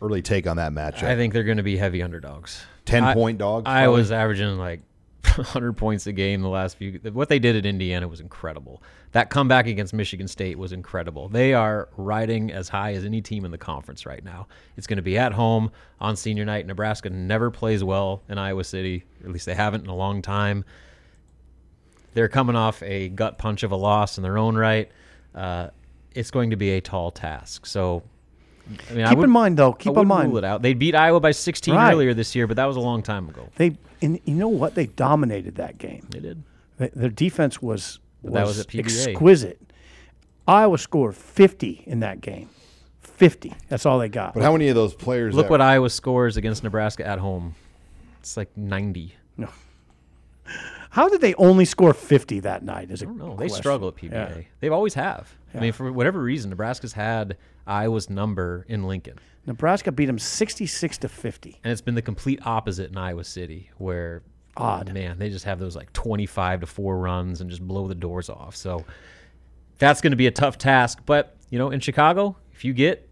Speaker 2: Early take on that matchup.
Speaker 3: I think they're going to be heavy underdogs.
Speaker 2: 10
Speaker 3: I-
Speaker 2: point dogs.
Speaker 3: I
Speaker 2: probably?
Speaker 3: was averaging like 100 points a game the last few. What they did at Indiana was incredible. That comeback against Michigan State was incredible. They are riding as high as any team in the conference right now. It's going to be at home on senior night. Nebraska never plays well in Iowa City, or at least they haven't in a long time. They're coming off a gut punch of a loss in their own right. Uh, it's going to be a tall task. So, I mean, I
Speaker 4: Keep
Speaker 3: would,
Speaker 4: in mind, though. Keep
Speaker 3: I
Speaker 4: in
Speaker 3: wouldn't
Speaker 4: mind
Speaker 3: rule it out. They beat Iowa by 16
Speaker 4: Right.
Speaker 3: earlier this year, but that was a long time ago.
Speaker 4: they. And you know what? They dominated that game.
Speaker 3: They did.
Speaker 4: Th- Their defense was was,
Speaker 3: that was at PBA.
Speaker 4: exquisite. Iowa scored 50 in that game. 50. That's all they got.
Speaker 2: But how many of those players?
Speaker 3: Look
Speaker 2: that-
Speaker 3: what Iowa scores against Nebraska at home. It's like 90.
Speaker 4: How did they only score 50 that night? Is a
Speaker 3: No, they
Speaker 4: question.
Speaker 3: struggle at PBA.
Speaker 4: Yeah.
Speaker 3: They've always have. I mean, for whatever reason, Nebraska's had Iowa's number in Lincoln,
Speaker 4: Nebraska beat them 66 to 50.
Speaker 3: and it's been the complete opposite in Iowa City, where
Speaker 4: Odd.
Speaker 3: man, they just have those like 25 to four runs and just blow the doors off. So that's going to be a tough task. But you know, in Chicago, if you get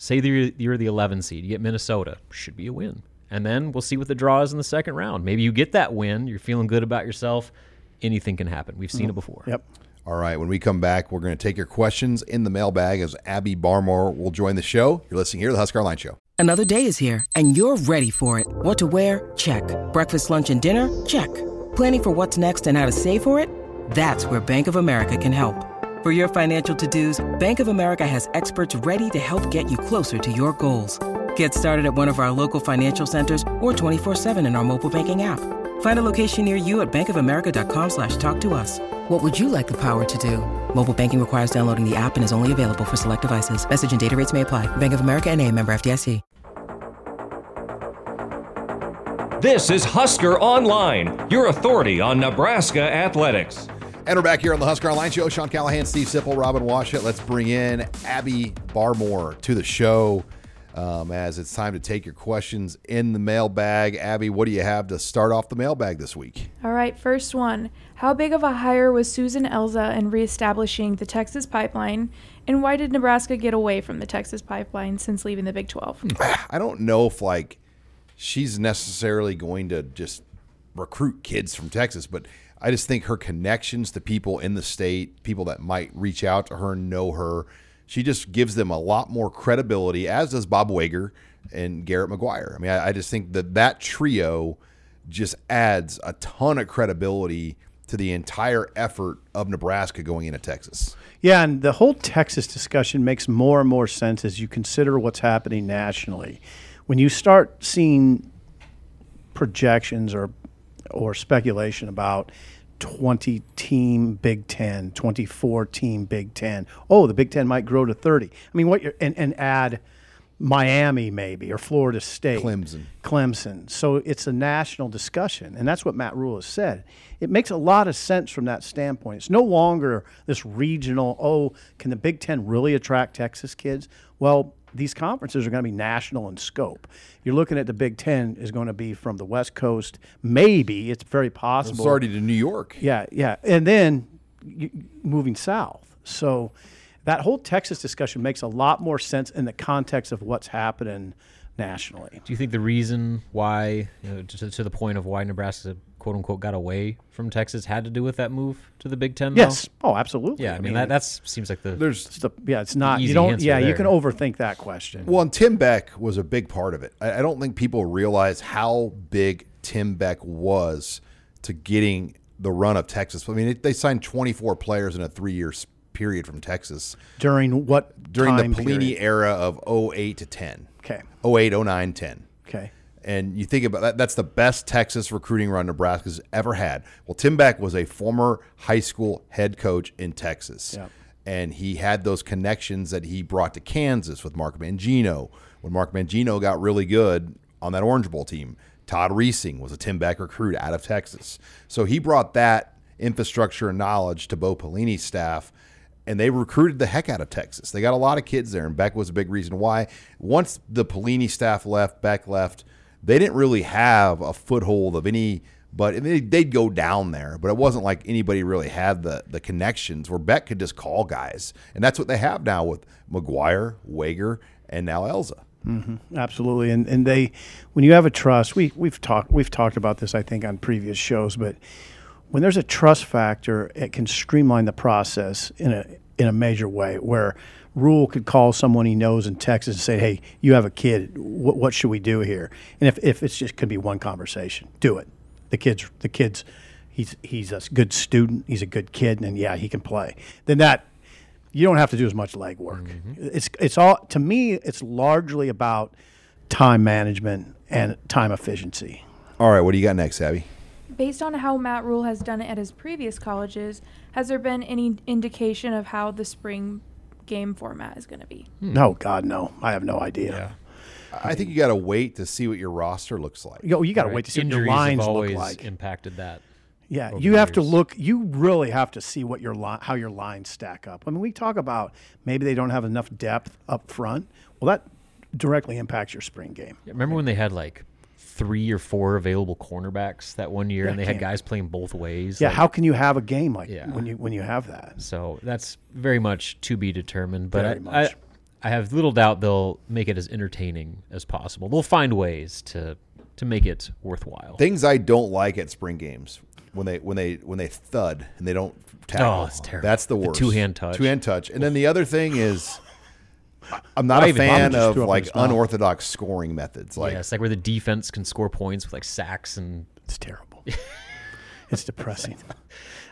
Speaker 3: say that you're, you're the 11 seed, you get Minnesota, should be a win. And then we'll see what the draw is in the second round. Maybe you get that win. You're feeling good about yourself. Anything can happen. We've seen it before.
Speaker 4: Mm-hmm. Yep.
Speaker 2: All right. When we come back, we're going to take your questions in the mailbag as Abby Barmore will join the show. You're listening here to the Husker Line Show.
Speaker 5: Another day is here, and you're ready for it. What to wear? Check. Breakfast, lunch, and dinner? Check. Planning for what's next and how to save for it? That's where Bank of America can help. For your financial to-dos, Bank of America has experts ready to help get you closer to your goals. Get started at one of our local financial centers or 24-7 in our mobile banking app. Find a location near you at bankofamerica.com slash talk to us. What would you like the power to do? Mobile banking requires downloading the app and is only available for select devices. Message and data rates may apply. Bank of America and a member FDIC.
Speaker 1: This is Husker Online, your authority on Nebraska athletics.
Speaker 2: And we're back here on the Husker Line Show. Sean Callahan, Steve Sipple, Robin Washett. Let's bring in Abby Barmore to the show um, as it's time to take your questions in the mailbag. Abby, what do you have to start off the mailbag this week?
Speaker 6: All right, first one. How big of a hire was Susan Elza in reestablishing the Texas pipeline, and why did Nebraska get away from the Texas pipeline since leaving the Big 12?
Speaker 2: I don't know if like she's necessarily going to just recruit kids from Texas, but I just think her connections to people in the state, people that might reach out to her, know her, she just gives them a lot more credibility, as does Bob Wager and Garrett McGuire. I mean, I, I just think that that trio just adds a ton of credibility to the entire effort of Nebraska going into Texas.
Speaker 4: Yeah, and the whole Texas discussion makes more and more sense as you consider what's happening nationally. When you start seeing projections or or speculation about 20 team Big 10, 24 team Big 10. Oh, the Big 10 might grow to 30. I mean, what you're and, and add Miami maybe or Florida State.
Speaker 2: Clemson.
Speaker 4: Clemson. So it's a national discussion, and that's what Matt Rule has said. It makes a lot of sense from that standpoint. It's no longer this regional, oh, can the Big Ten really attract Texas kids? Well, these conferences are going to be national in scope. You're looking at the Big Ten is going to be from the West Coast, maybe. It's very
Speaker 2: It's
Speaker 4: possible.
Speaker 2: already to New York.
Speaker 4: Yeah, yeah. And then y- y- moving south. So that whole Texas discussion makes a lot more sense in the context of what's happening nationally.
Speaker 3: Do you think the reason why, you know, to, to the point of why Nebraska quote unquote got away from Texas had to do with that move to the Big Ten? though?
Speaker 4: Yes. Oh, absolutely.
Speaker 3: Yeah, I mean, that that's, seems like the
Speaker 2: There's
Speaker 4: it's the- yeah, it's not.
Speaker 3: easy
Speaker 4: You don't.
Speaker 3: answer
Speaker 4: Yeah, you
Speaker 3: there.
Speaker 4: can overthink that question.
Speaker 2: Well, and Tim Beck was a big part of it. I, I don't think people realize how big Tim Beck was to getting the run of Texas. I mean, it, they signed 24 players in a three year period from Texas
Speaker 4: during what
Speaker 2: during
Speaker 4: time
Speaker 2: the Pelini
Speaker 4: period?
Speaker 2: era of 08 to 10.
Speaker 4: Okay.
Speaker 2: 08, 09, 10.
Speaker 4: Okay.
Speaker 2: And you think about that, that's the best Texas recruiting run Nebraska's ever had. Well, Tim Beck was a former high school head coach in Texas. And he had those connections that he brought to Kansas with Mark Mangino. When Mark Mangino got really good on that Orange Bowl team, Todd Reesing was a Tim Beck recruit out of Texas. So he brought that infrastructure and knowledge to Bo Pelini's staff and they recruited the heck out of Texas. They got a lot of kids there, and Beck was a big reason why. Once the Pelini staff left, Beck left, they didn't really have a foothold of any. But and they, they'd go down there, but it wasn't like anybody really had the the connections where Beck could just call guys, and that's what they have now with McGuire, Wager, and now Elza.
Speaker 4: absolutely and and they when you have a trust we we've talked we've talked about this i think on previous shows but when there's a trust factor it can streamline the process in a in a major way where rule could call someone he knows in texas and say hey you have a kid what, what should we do here and if, if it's just could be one conversation do it the kids the kids he's he's a good student he's a good kid and yeah he can play then that you don't have to do as much legwork.
Speaker 3: Mm-hmm.
Speaker 4: It's it's all to me. It's largely about time management and time efficiency.
Speaker 2: All right, what do you got next, Abby?
Speaker 6: Based on how Matt Rule has done it at his previous colleges, has there been any indication of how the spring game format is going to be?
Speaker 3: Hmm.
Speaker 4: No, God, no. I have no idea.
Speaker 2: I think you got to wait to see what your roster looks like.
Speaker 4: You, you got to wait to see what your
Speaker 3: Injuries
Speaker 4: lines
Speaker 3: have
Speaker 4: look
Speaker 3: always
Speaker 4: like.
Speaker 3: impacted that.
Speaker 4: Yeah,
Speaker 3: over
Speaker 4: you
Speaker 3: the
Speaker 4: have to
Speaker 3: years.
Speaker 4: look. You really have to see what your line, how your lines stack up. I mean, we talk about maybe they don't have enough depth up front. Well, that directly impacts your spring game.
Speaker 3: Yeah, Remember when they had like three or four available cornerbacks that one year,
Speaker 4: Yeah,
Speaker 3: and they had
Speaker 4: can't-
Speaker 3: guys playing both ways?
Speaker 4: Yeah,
Speaker 3: like-
Speaker 4: how can you have a game like
Speaker 3: Yeah.
Speaker 4: when you when you have that?
Speaker 3: So that's very much to be determined. But
Speaker 4: Very
Speaker 3: I,
Speaker 4: much.
Speaker 3: I, I have little doubt they'll make it as entertaining as possible. They'll find ways to to make it worthwhile.
Speaker 2: Things I don't like at spring games when they when they when they thud and they don't tackle.
Speaker 3: Oh, it's terrible.
Speaker 2: That's the
Speaker 3: The
Speaker 2: worst.
Speaker 3: two-hand touch.
Speaker 2: Two hand touch. And then the other thing is, I- I'm not a
Speaker 4: even- Bobby
Speaker 2: fan
Speaker 4: just
Speaker 2: of
Speaker 4: threw up in
Speaker 2: like
Speaker 4: his mouth.
Speaker 2: unorthodox scoring methods. Like
Speaker 3: yeah, it's like where the defense can score points with like sacks and
Speaker 4: It's terrible. it's depressing.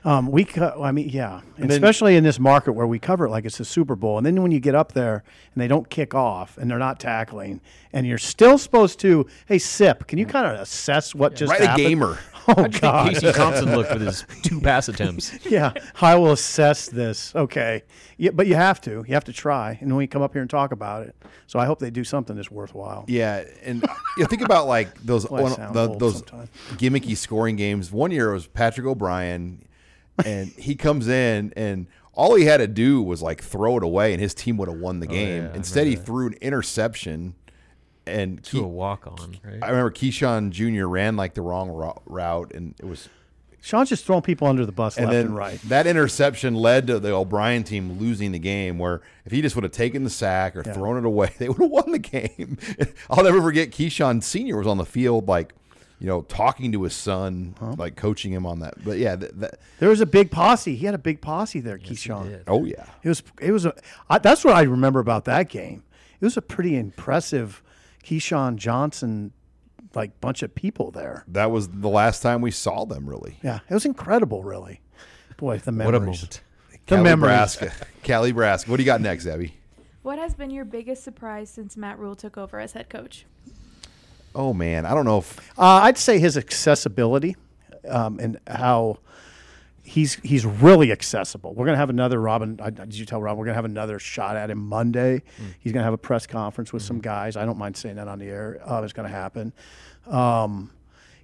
Speaker 4: Um, we, co- I mean, yeah, and
Speaker 2: then-
Speaker 4: especially in this market where we cover it like it's the Super Bowl, and then when you get up there and they don't kick off and they're not tackling, and you're still supposed to, hey, sip, can you kind of assess what just
Speaker 2: write a
Speaker 4: happened?
Speaker 2: gamer.
Speaker 4: Oh
Speaker 3: How do
Speaker 4: God,
Speaker 3: you think Casey Thompson looked with his two pass attempts.
Speaker 4: yeah, I will assess this. Okay, yeah, but you have to, you have to try, and then we come up here and talk about it. So I hope they do something that's worthwhile.
Speaker 2: Yeah, and you know, think about like those
Speaker 4: why I
Speaker 2: on-
Speaker 4: sound
Speaker 2: the,
Speaker 4: old
Speaker 2: those
Speaker 4: sometimes.
Speaker 2: gimmicky scoring games. One year it was Patrick O'Brien, and he comes in and all he had to do was like throw it away, and his team would have won
Speaker 4: Oh,
Speaker 2: the game. Instead, he threw an interception, and
Speaker 3: To
Speaker 2: Ke-
Speaker 3: a walk on, right?
Speaker 2: I remember Keyshawn Jr. ran like the wrong ro- route, and it was
Speaker 4: Sean's just throwing people under the bus
Speaker 2: and
Speaker 4: left
Speaker 2: then
Speaker 4: and right.
Speaker 2: that interception led to the O'Brien team losing the game. Where if he just would have taken the sack or thrown it away, they would have won the game. I'll never forget Keyshawn Senior was on the field, like you know, talking to his son, like coaching him on that. But yeah, that, that,
Speaker 4: There was a big posse. He had a big posse there, Keyshawn.
Speaker 2: oh yeah,
Speaker 4: It was it was a I, that's what I remember about that game. It was a pretty impressive Keyshawn Johnson like bunch of people there.
Speaker 2: that was the last time we saw them really.
Speaker 4: Yeah, it was incredible, really. Boy, the
Speaker 3: What
Speaker 4: memories.
Speaker 3: a moment.
Speaker 4: The
Speaker 2: Cali,
Speaker 4: memories.
Speaker 2: Nebraska, Cali, Nebraska. What do you got next, Abby?
Speaker 6: What has been your biggest surprise since Matt Rule took over as head coach?
Speaker 2: Oh man, I don't know if
Speaker 4: Uh, I'd say his accessibility um, and how he's he's really accessible. We're gonna have another Robin. I, did you tell Robin we're gonna have another shot at him Monday?
Speaker 3: Hmm.
Speaker 4: He's gonna have a press conference with some guys. I don't mind saying that on the air. Uh, it's gonna happen. Um,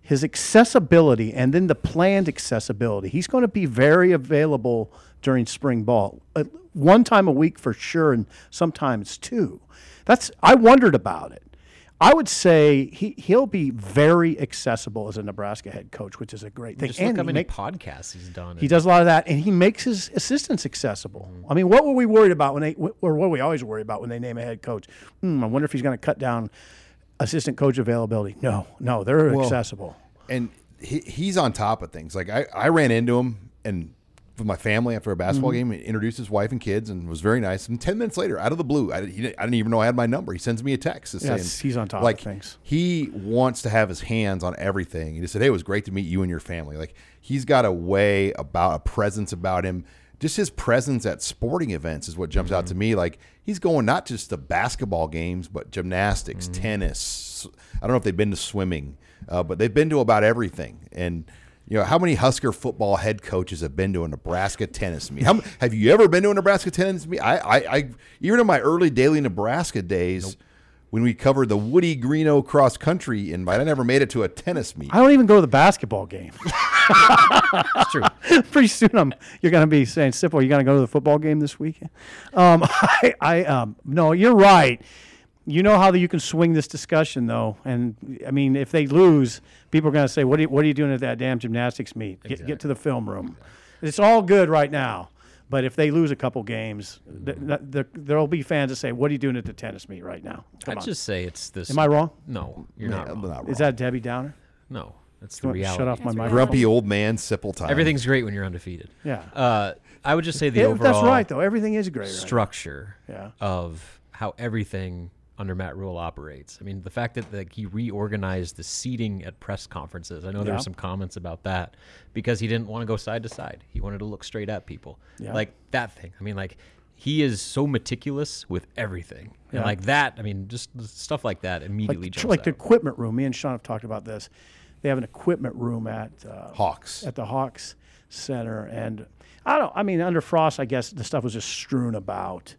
Speaker 4: his accessibility and then the planned accessibility. He's going to be very available during spring ball, uh, one time a week for sure, and sometimes two. That's I wondered about it. I would say he he'll be very accessible as a Nebraska head coach, which is a great thing.
Speaker 3: Just look
Speaker 4: And
Speaker 3: how
Speaker 4: he
Speaker 3: many
Speaker 4: make-
Speaker 3: podcasts he's done.
Speaker 4: he does a lot of that, and he makes his assistants accessible. I mean, what were we worried about when they, or what we always worry about when they name a head coach? Hmm, I wonder if he's going to cut down assistant coach availability. No, no, they're accessible.
Speaker 2: and he, he's on top of things. Like I, I ran into him and with my family after a basketball
Speaker 4: Mm-hmm.
Speaker 2: game, and introduced his wife and kids, and was very nice. And ten minutes later, out of the blue, I, didn't- he, didn't- I didn't even know I had my number. He sends me a text. that's
Speaker 4: Yes,
Speaker 2: saying,
Speaker 4: he's on top of
Speaker 2: like,
Speaker 4: things.
Speaker 2: He wants to have his hands on everything. He just said, "Hey, it was great to meet you and your family." Like he's got a way about a presence about him just his presence at sporting events is what jumps out to me. Like he's going not just to basketball games, but gymnastics, tennis. I don't know if they've been to swimming, uh, but they've been to about everything. And you know how many Husker football head coaches have been to a Nebraska tennis meet? How, m- have you ever been to a Nebraska tennis meet? I, I, I even in my early daily Nebraska days. When we covered the Woody Greeno cross country invite, I never made it to a tennis meet.
Speaker 4: I don't even go to the basketball game.
Speaker 3: That's true.
Speaker 4: Pretty soon, I'm you're going to be saying, "Sipple, you going to go to the football game this weekend?" Um, I, I, um, no, you're right. You know how that you can swing this discussion, though, and I mean, if they lose, people are going to say, "What are you, what are you doing at that damn gymnastics meet? Get, get to the film room." It's all good right now, but if they lose a couple games,
Speaker 3: Mm-hmm.
Speaker 4: th- th- th- there'll be fans that say, "What are you doing at the tennis meet right now?" Come
Speaker 3: I'd
Speaker 4: on.
Speaker 3: just say it's this.
Speaker 4: Am I wrong?
Speaker 3: No, you're not.
Speaker 2: I'm
Speaker 3: wrong.
Speaker 2: not
Speaker 4: Is
Speaker 2: wrong.
Speaker 4: that Debbie Downer?
Speaker 3: No, that's the
Speaker 4: You want me to
Speaker 3: reality.
Speaker 4: Shut off my mic.
Speaker 2: grumpy old man Sipple time?
Speaker 3: Everything's great when you're undefeated.
Speaker 4: Yeah.
Speaker 3: Uh, I would just say the
Speaker 4: Yeah,
Speaker 3: overall
Speaker 4: that's right, though. Everything is great. Right?
Speaker 3: structure
Speaker 4: Yeah.
Speaker 3: of how everything under Matt Rule operates. I mean, the fact that like, he reorganized the seating at press conferences. I know there
Speaker 4: Yeah.
Speaker 3: were some comments about that because he didn't want to go side to side. He wanted to look straight at people. Like that thing. I mean, like he is so meticulous with everything. And like that, I mean, just stuff like that immediately
Speaker 4: like, the-
Speaker 3: jumps
Speaker 4: like the
Speaker 3: out.
Speaker 4: equipment room. Me and Sean have talked about this. They have an equipment room at uh,
Speaker 2: Hawks.
Speaker 4: at the Hawks Center, and I don't. I mean, under Frost, I guess the stuff was just strewn about,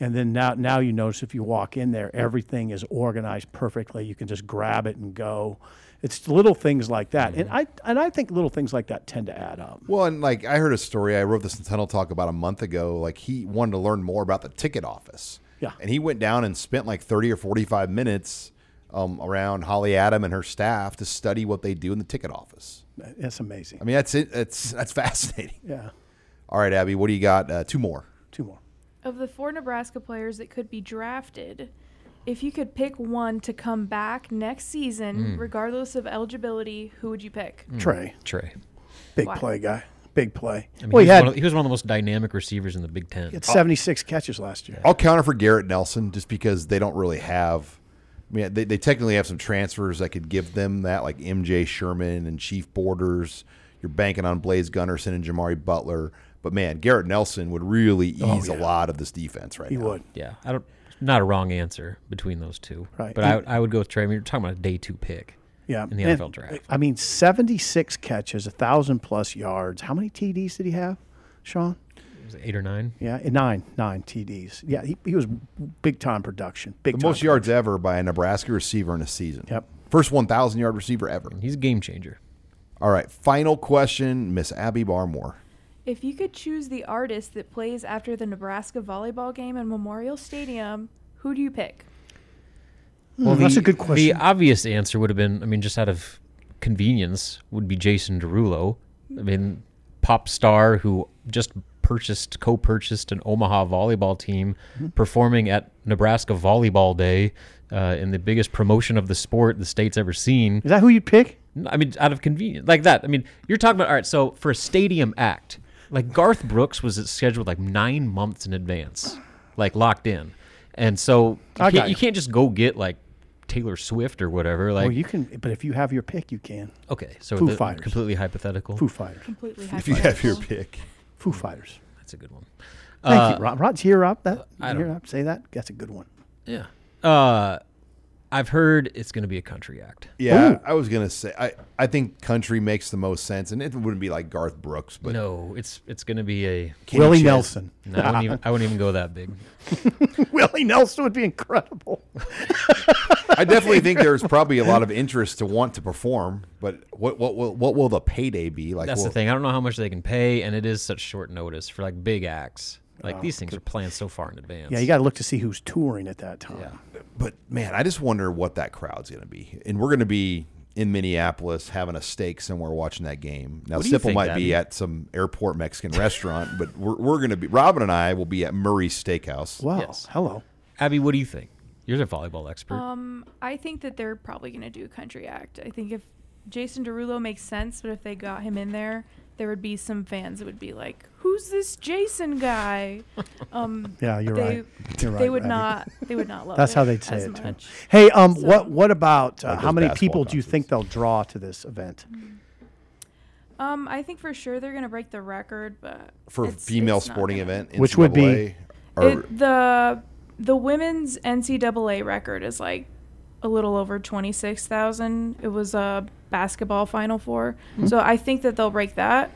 Speaker 4: and then now now you notice if you walk in there, everything is organized perfectly. You can just grab it and go. It's little things like that,
Speaker 3: Mm-hmm.
Speaker 4: and I and I think little things like that tend to add up.
Speaker 2: Well, and like I heard a story. I wrote the Sentinel talk about a month ago. Like he wanted to learn more about the ticket office.
Speaker 4: Yeah.
Speaker 2: And he went down and spent like thirty or forty-five minutes um, around Holly Adam and her staff to study what they do in the ticket office.
Speaker 4: It's amazing.
Speaker 2: I mean, that's it. That's that's fascinating.
Speaker 4: yeah,
Speaker 2: All right, Abby, what do you got? Uh, two more.
Speaker 4: two more.
Speaker 6: Of the four Nebraska players that could be drafted, if you could pick one to come back next season, regardless of eligibility, who would you pick?
Speaker 4: Trey,
Speaker 3: Trey.
Speaker 4: big
Speaker 6: Wow.
Speaker 4: play guy, big play.
Speaker 3: I mean,
Speaker 4: well,
Speaker 3: he,
Speaker 4: he
Speaker 3: was
Speaker 4: had,
Speaker 3: one of, he was one of the most dynamic receivers in the Big Ten.
Speaker 4: he had 76 catches last year.
Speaker 2: I'll counter for Garrett Nelson just because they don't really have. I mean, they, they technically have some transfers that could give them that, like MJ Sherman and Chief Borders. You're banking on Blaze Gunnerson and Jamari Butler. But man, Garrett Nelson would really ease a lot of this defense right
Speaker 4: Oh, He
Speaker 2: now.
Speaker 4: would.
Speaker 3: Yeah, I don't. Not a wrong answer between those two.
Speaker 4: Right.
Speaker 3: But I, would- I would go with Trey. I mean, you're talking about a day two pick.
Speaker 4: Yeah,
Speaker 3: In the
Speaker 4: and,
Speaker 3: NFL draft.
Speaker 4: I mean, seventy-six catches, thousand plus yards. How many TDs did he have, Sean?
Speaker 3: Was it eight or nine?
Speaker 4: Yeah, eh, nine, nine TDs. Yeah, he, he was big time production. Big
Speaker 2: The
Speaker 4: time
Speaker 2: most yards ever by a Nebraska receiver in a season.
Speaker 4: Yep.
Speaker 2: First 1,000 yard receiver ever.
Speaker 3: He's a game changer.
Speaker 2: All right. Final question, Miss Abby Barmore.
Speaker 6: If you could choose the artist that plays after the Nebraska volleyball game in Memorial Stadium, who do you pick?
Speaker 4: Well, Hmm, that's
Speaker 3: the-
Speaker 4: a good
Speaker 3: The
Speaker 4: question.
Speaker 3: obvious answer would have been, I mean, just out of convenience, would be Jason Derulo. I mean, pop star who just purchased, co-purchased an Omaha volleyball team, performing at Nebraska Volleyball Day uh, in the biggest promotion of the sport the state's ever seen.
Speaker 4: Is that who you'd pick?
Speaker 3: I mean, out of convenience, like that. I mean, you're talking about all right. So for a stadium act, like Garth Brooks was scheduled like nine months in advance, like locked in, and so
Speaker 4: I
Speaker 3: you,
Speaker 4: got
Speaker 3: can't,
Speaker 4: you.
Speaker 3: you can't just go get like Taylor Swift or whatever. Like,
Speaker 4: Well, you can, but if you have your pick, you can.
Speaker 3: okay, so
Speaker 4: Foo
Speaker 3: the-
Speaker 4: Fighters.
Speaker 3: completely hypothetical.
Speaker 4: Foo Fighters.
Speaker 6: Completely
Speaker 2: If you have your
Speaker 6: hypothetical.
Speaker 2: pick.
Speaker 4: Foo Fighters.
Speaker 3: That's a good one.
Speaker 4: Thank you, Rod. Rod, hear up that.
Speaker 3: I
Speaker 4: hear
Speaker 3: don't-
Speaker 4: up. Say that. That's a good one.
Speaker 3: Yeah. Uh, I've heard it's going to be a country act.
Speaker 2: Yeah, I was going to say, I, I think country makes the most sense. And it wouldn't be like Garth Brooks, but
Speaker 3: No, it's it's going to be a.
Speaker 2: Kenny
Speaker 4: Willie
Speaker 2: Chesney.
Speaker 4: Nelson.
Speaker 3: No, I, wouldn't even, I wouldn't even go that big.
Speaker 4: Willie Nelson would be incredible.
Speaker 2: I definitely think there's probably a lot of interest to want to perform, but what what will what will the payday be like?
Speaker 3: That's
Speaker 2: will-
Speaker 3: the thing. I don't know how much they can pay, and it is such short notice for like big acts. Like these things are planned so far in advance.
Speaker 4: Yeah, you got to look to see who's touring at that time.
Speaker 2: But man, I just wonder what that crowd's going to be, and we're going to be in Minneapolis having a steak somewhere watching that game. Now,
Speaker 3: What do you
Speaker 2: Sipple
Speaker 3: think,
Speaker 2: might
Speaker 3: Abby?
Speaker 2: be at some airport Mexican restaurant, but we're, we're going to be Robin and I will be at Murray's Steakhouse.
Speaker 4: Wow.
Speaker 3: Yes.
Speaker 4: Hello.
Speaker 3: Abby, what do you think? You're a volleyball expert.
Speaker 6: Um, I think that they're probably going to do country act. I think if Jason Derulo makes sense, but if they got him in there, there would be some fans that would be like, "Who's this Jason guy?" Um,
Speaker 4: Yeah, Uh, you're
Speaker 6: they
Speaker 4: right. You're right,
Speaker 6: they would
Speaker 4: Abby.
Speaker 6: not they would not love.
Speaker 4: That's
Speaker 6: it
Speaker 4: how they'd say
Speaker 6: as
Speaker 4: it. too.
Speaker 6: much.
Speaker 4: Hey, um, what
Speaker 6: So-
Speaker 4: what about uh,
Speaker 2: Like
Speaker 4: how
Speaker 2: those
Speaker 4: many
Speaker 2: basketball
Speaker 4: people do you
Speaker 2: concerts.
Speaker 6: Mm.
Speaker 4: think they'll draw to this event?
Speaker 6: Um, I think for sure they're gonna break the record, but
Speaker 2: for a
Speaker 6: it's-
Speaker 2: female
Speaker 6: it's not
Speaker 2: sporting
Speaker 6: gonna-
Speaker 2: event,
Speaker 4: Which would
Speaker 2: NCAA,
Speaker 4: be-
Speaker 2: or
Speaker 6: It, the the women's NCAA record is like a little over twenty six thousand. It was a basketball Final 4
Speaker 2: Hmm.
Speaker 6: so I think that they'll break that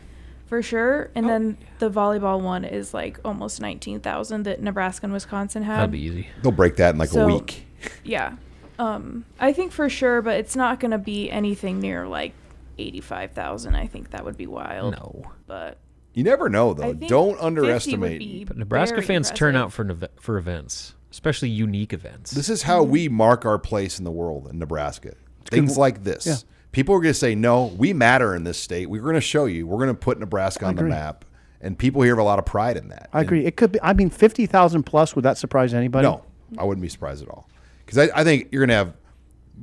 Speaker 6: for sure.
Speaker 2: Oh,
Speaker 6: And then the volleyball one is like almost nineteen thousand that Nebraska and Wisconsin had.
Speaker 3: That'd be easy.
Speaker 2: they'll break that in like a
Speaker 6: so-
Speaker 2: week.
Speaker 6: Yeah, um, I think for sure, but it's not gonna be anything near like eighty five thousand. I think that would be wild.
Speaker 3: No.
Speaker 6: but
Speaker 2: You never know though.
Speaker 6: I think
Speaker 2: Don't
Speaker 6: 50 would
Speaker 2: underestimate.
Speaker 6: be
Speaker 3: But Nebraska
Speaker 6: very
Speaker 3: fans turn
Speaker 6: impressive.
Speaker 3: out for neve- for events, especially unique events.
Speaker 2: This is how we mark our place in the world in Nebraska. Things like this. People are going to say, no, we matter in this state. We're going to show you. We're going to put Nebraska on the map. And people here have a lot of pride in that.
Speaker 4: I agree. It could be. I mean, fifty thousand plus. Would that surprise anybody?
Speaker 2: No, I wouldn't be surprised at all. Because I, I think you're going to have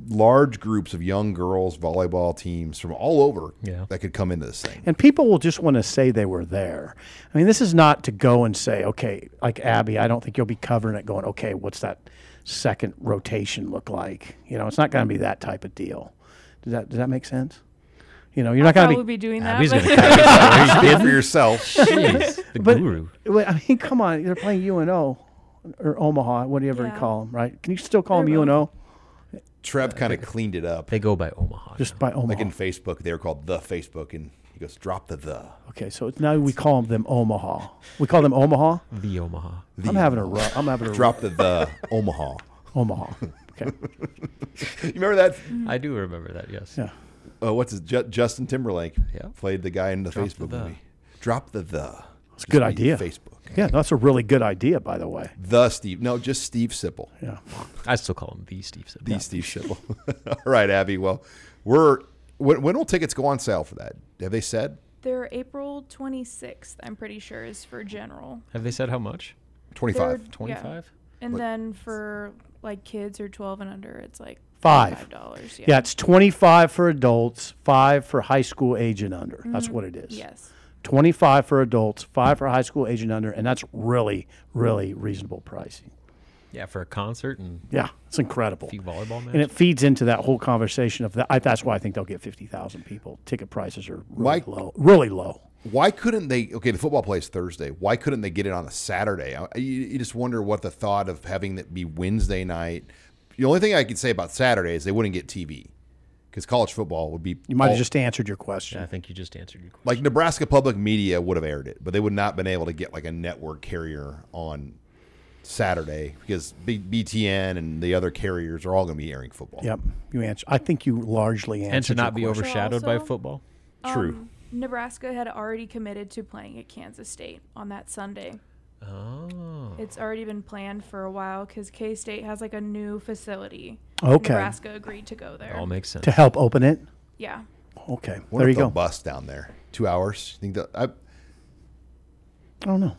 Speaker 2: large groups of young girls volleyball teams from all over
Speaker 3: Yeah.
Speaker 2: that could come into this thing.
Speaker 4: And people will just want to say they were there. I mean, this is not to go and say, okay, like Abby, I don't think you'll be covering it going, okay, what's that second rotation look like? You know, it's not going to be that type of deal. Does that does that make sense? You know, you're not going
Speaker 6: probably
Speaker 4: to be.
Speaker 6: be doing that.
Speaker 3: Abby's
Speaker 6: but-
Speaker 3: gonna cut it.
Speaker 2: Speak for yourself.
Speaker 3: Jeez, the
Speaker 4: But-
Speaker 3: guru.
Speaker 4: Well, I mean, come on, they're playing UNO or Omaha, whatever you
Speaker 6: Yeah.
Speaker 4: call them, right? Can you still call them
Speaker 6: They're both-
Speaker 4: UNO
Speaker 2: Trev kind of cleaned it up.
Speaker 3: They go by Omaha.
Speaker 4: just by Omaha?
Speaker 2: Like in Facebook, they were called the Facebook, and he goes, "Drop the the."
Speaker 4: okay, so now we call them Omaha. We call them Omaha.
Speaker 3: now. the Omaha.
Speaker 4: I'm having a rough. I'm having a rough
Speaker 2: Drop the the Omaha.
Speaker 4: Omaha. Okay.
Speaker 2: You remember that?
Speaker 6: Mm-hmm.
Speaker 3: I do remember that. Yes.
Speaker 4: Yeah.
Speaker 2: Uh, what's his, Ju- Justin Timberlake
Speaker 3: Yeah.
Speaker 2: played the guy in the
Speaker 3: Drop the
Speaker 2: Facebook
Speaker 3: the.
Speaker 2: movie. Drop the the. It's
Speaker 4: a good idea.
Speaker 2: Facebook.
Speaker 4: Yeah, that's a really good idea, by the way.
Speaker 2: The Steve. No, just Steve Sipple.
Speaker 4: Yeah.
Speaker 3: I still call him the Steve. Sibley.
Speaker 2: The Steve Sipple. All right, Abby. Well, we're when, when will tickets go on sale for that? Have they said
Speaker 6: They're April 26th, I'm pretty sure, is for general.
Speaker 3: Have they said how much?
Speaker 2: twenty
Speaker 6: They're-
Speaker 2: five?
Speaker 6: yeah.
Speaker 3: 25?
Speaker 6: And then for like kids or 12 and under, it's like
Speaker 4: Five.
Speaker 6: dollars Yeah.
Speaker 4: Yeah, it's 25 for adults, 5 for high school age and under. That's what it is.
Speaker 6: Yes.
Speaker 4: 25 for adults, 5 for high school age and under, and that's really really reasonable pricing.
Speaker 3: Yeah, for a concert and
Speaker 4: Yeah, it's incredible.
Speaker 3: a few volleyball
Speaker 4: And it
Speaker 3: matches.
Speaker 4: feeds into that whole conversation of that. I, that's why I think they'll get 50,000 people. Ticket prices are really
Speaker 2: Mike-
Speaker 4: low. Really low.
Speaker 2: Why couldn't they? Okay, the football plays Thursday. Why couldn't they get it on a Saturday? I- You, you just wonder what the thought of having it be Wednesday night. The only thing I could say about Saturday is they wouldn't get TV because college football would be.
Speaker 4: You might
Speaker 2: all-
Speaker 4: have just answered your question.
Speaker 3: I think you just answered your question.
Speaker 2: like Nebraska Public Media would have aired it, but they would not been able to get like a network carrier on Saturday because B- BTN and the other carriers are all going to be airing football.
Speaker 4: Yep, you answer. I think you largely answered.
Speaker 3: and to
Speaker 4: your
Speaker 3: not be
Speaker 4: question.
Speaker 3: overshadowed by
Speaker 6: also-
Speaker 3: football.
Speaker 2: True.
Speaker 6: Nebraska had already committed to playing at Kansas State on that Sunday.
Speaker 3: Oh.
Speaker 6: It's already been planned for a while because K State has like a new facility.
Speaker 4: Okay.
Speaker 6: Nebraska agreed to go there.
Speaker 3: All makes sense.
Speaker 4: to help open it.
Speaker 6: yeah.
Speaker 4: Okay,
Speaker 2: Wonder
Speaker 4: there
Speaker 2: if
Speaker 4: you
Speaker 2: they'll
Speaker 4: go.
Speaker 2: Bus down there two hours. Think that I
Speaker 4: I don't know.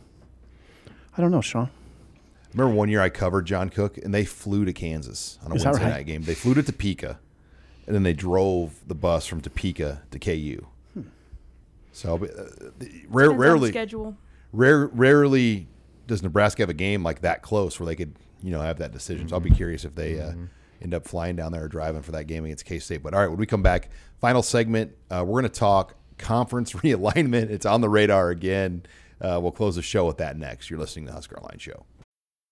Speaker 4: I don't know, Sean.
Speaker 2: remember one year I covered John Cook and they flew to Kansas on a
Speaker 4: Is that
Speaker 2: Wednesday
Speaker 4: right?
Speaker 2: night game. They flew to Topeka and then they drove the bus from Topeka to KU.
Speaker 4: Hmm.
Speaker 2: So but, uh, rare,
Speaker 6: Depends on
Speaker 2: rarely
Speaker 6: schedule.
Speaker 2: rare, rarely does Nebraska have a game like that close where they could, you know, have that decision. So I'll be curious if they uh, end up flying down there or driving for that game against K State. But all right, when we come back, final segment, uh, we're going to talk conference realignment. It's on the radar again. Uh, we'll close the show with that next. You're listening to the Husker Line Show.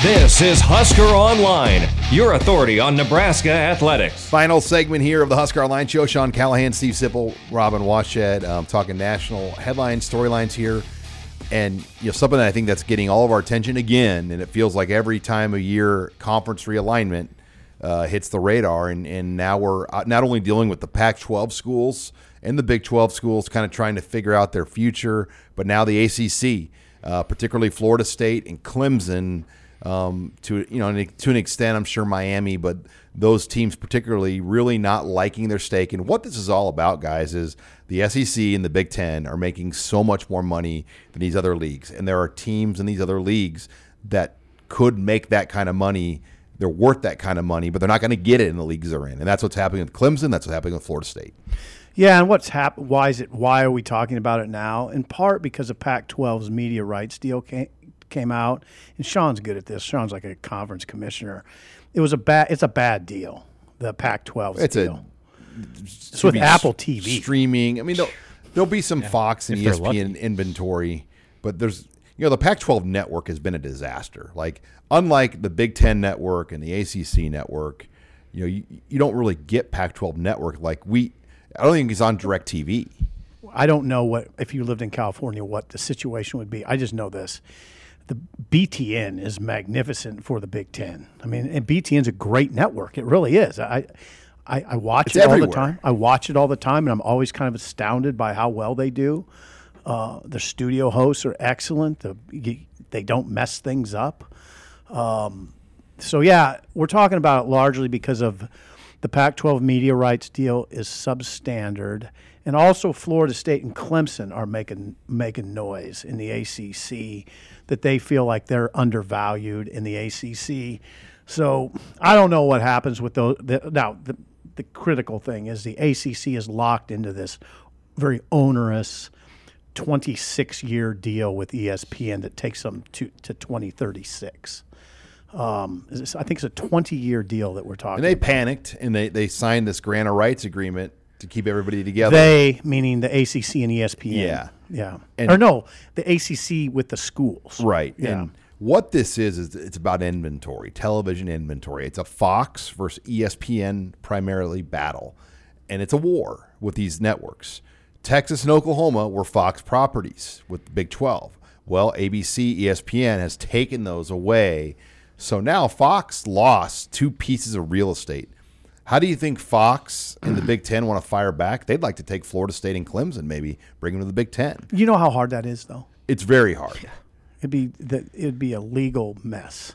Speaker 1: This is Husker Online, your authority on Nebraska athletics.
Speaker 2: Final segment here of the Husker Line Show. Sean Callahan, Steve Sipple, Robin Washed, um, talking national headlines, storylines here. And you know something that I think that's getting all of our attention again, and it feels like every time of year conference realignment uh, hits the radar, and, and now we're uh, not only dealing with the Pac-12 schools and the Big 12 schools kind of trying to figure out their future, but now the ACC, uh, particularly Florida State and Clemson, um, to you know an- to an extent. I'm sure Miami, but those teams particularly really not liking their stake. And what this is all about, guys, is the SEC and the Big Ten are making so much more money than these other leagues, and there are teams in these other leagues that could make that kind of money. They're worth that kind of money, but they're not going to get it in the leagues they're in, and that's what's happening with Clemson. That's what's happening with Florida State.
Speaker 4: Yeah, and what's hap- Why is it? Why are we talking about it now? In part because of Pac-12's media rights deal came, came out, and Sean's good at this. Sean's like a conference commissioner. It was a bad. It's a bad deal. The Pac-12.
Speaker 2: It's a-
Speaker 4: deal. it's with
Speaker 2: be
Speaker 4: Apple
Speaker 2: s-
Speaker 4: TV.
Speaker 2: streaming. I mean, there'll, there'll be some Fox and E
Speaker 3: if they're
Speaker 2: ESPN inventory, but there's you know the Pac-12 network has been a disaster. Like unlike the Big Ten network and the ACC network, you know you, you don't really get Pac-12 network like we. I don't think it's on Direct TV.
Speaker 4: I don't know what if you lived in California what the situation would be. I just know this. The BTN is magnificent for the Big Ten. I mean, and BTN's a great network. It really is. I I, I watch
Speaker 2: It's
Speaker 4: it all
Speaker 2: everywhere.
Speaker 4: the time. I watch it all the time, and I'm always kind of astounded by how well they do. Uh, the studio hosts are excellent. The, they don't mess things up. Um, so yeah, we're talking about it largely because of the Pac-12 media rights deal is substandard, and also Florida State and Clemson are making making noise in the ACC that they feel like they're undervalued in the ACC. So I don't know what happens with those. The, now the, the critical thing is the ACC is locked into this very onerous 26 year deal with E ESPN that takes them to, to 2036. Um, is this- I think it's a 20 year deal that we're
Speaker 2: And
Speaker 4: talking
Speaker 2: they panicked and they they signed this grant of rights agreement to keep everybody together.
Speaker 4: They, meaning the ACC and E ESPN.
Speaker 2: Yeah.
Speaker 4: Yeah.
Speaker 2: And-
Speaker 4: or no, the ACC with the schools.
Speaker 2: Right.
Speaker 4: Yeah.
Speaker 2: And what this is is it's about inventory, television inventory. It's a Fox versus E ESPN primarily battle, and it's a war with these networks. Texas and Oklahoma were Fox properties with the Big 12. Well, ABC, ESPN has taken those away. So now Fox lost two pieces of real estate. How do you think Fox and the Big 10 want to fire back? They'd like to take Florida State and Clemson maybe, bring them to the Big 10.
Speaker 4: You know how hard that is, though?
Speaker 2: It's very hard.
Speaker 4: It'd be, the, it'd be a legal mess.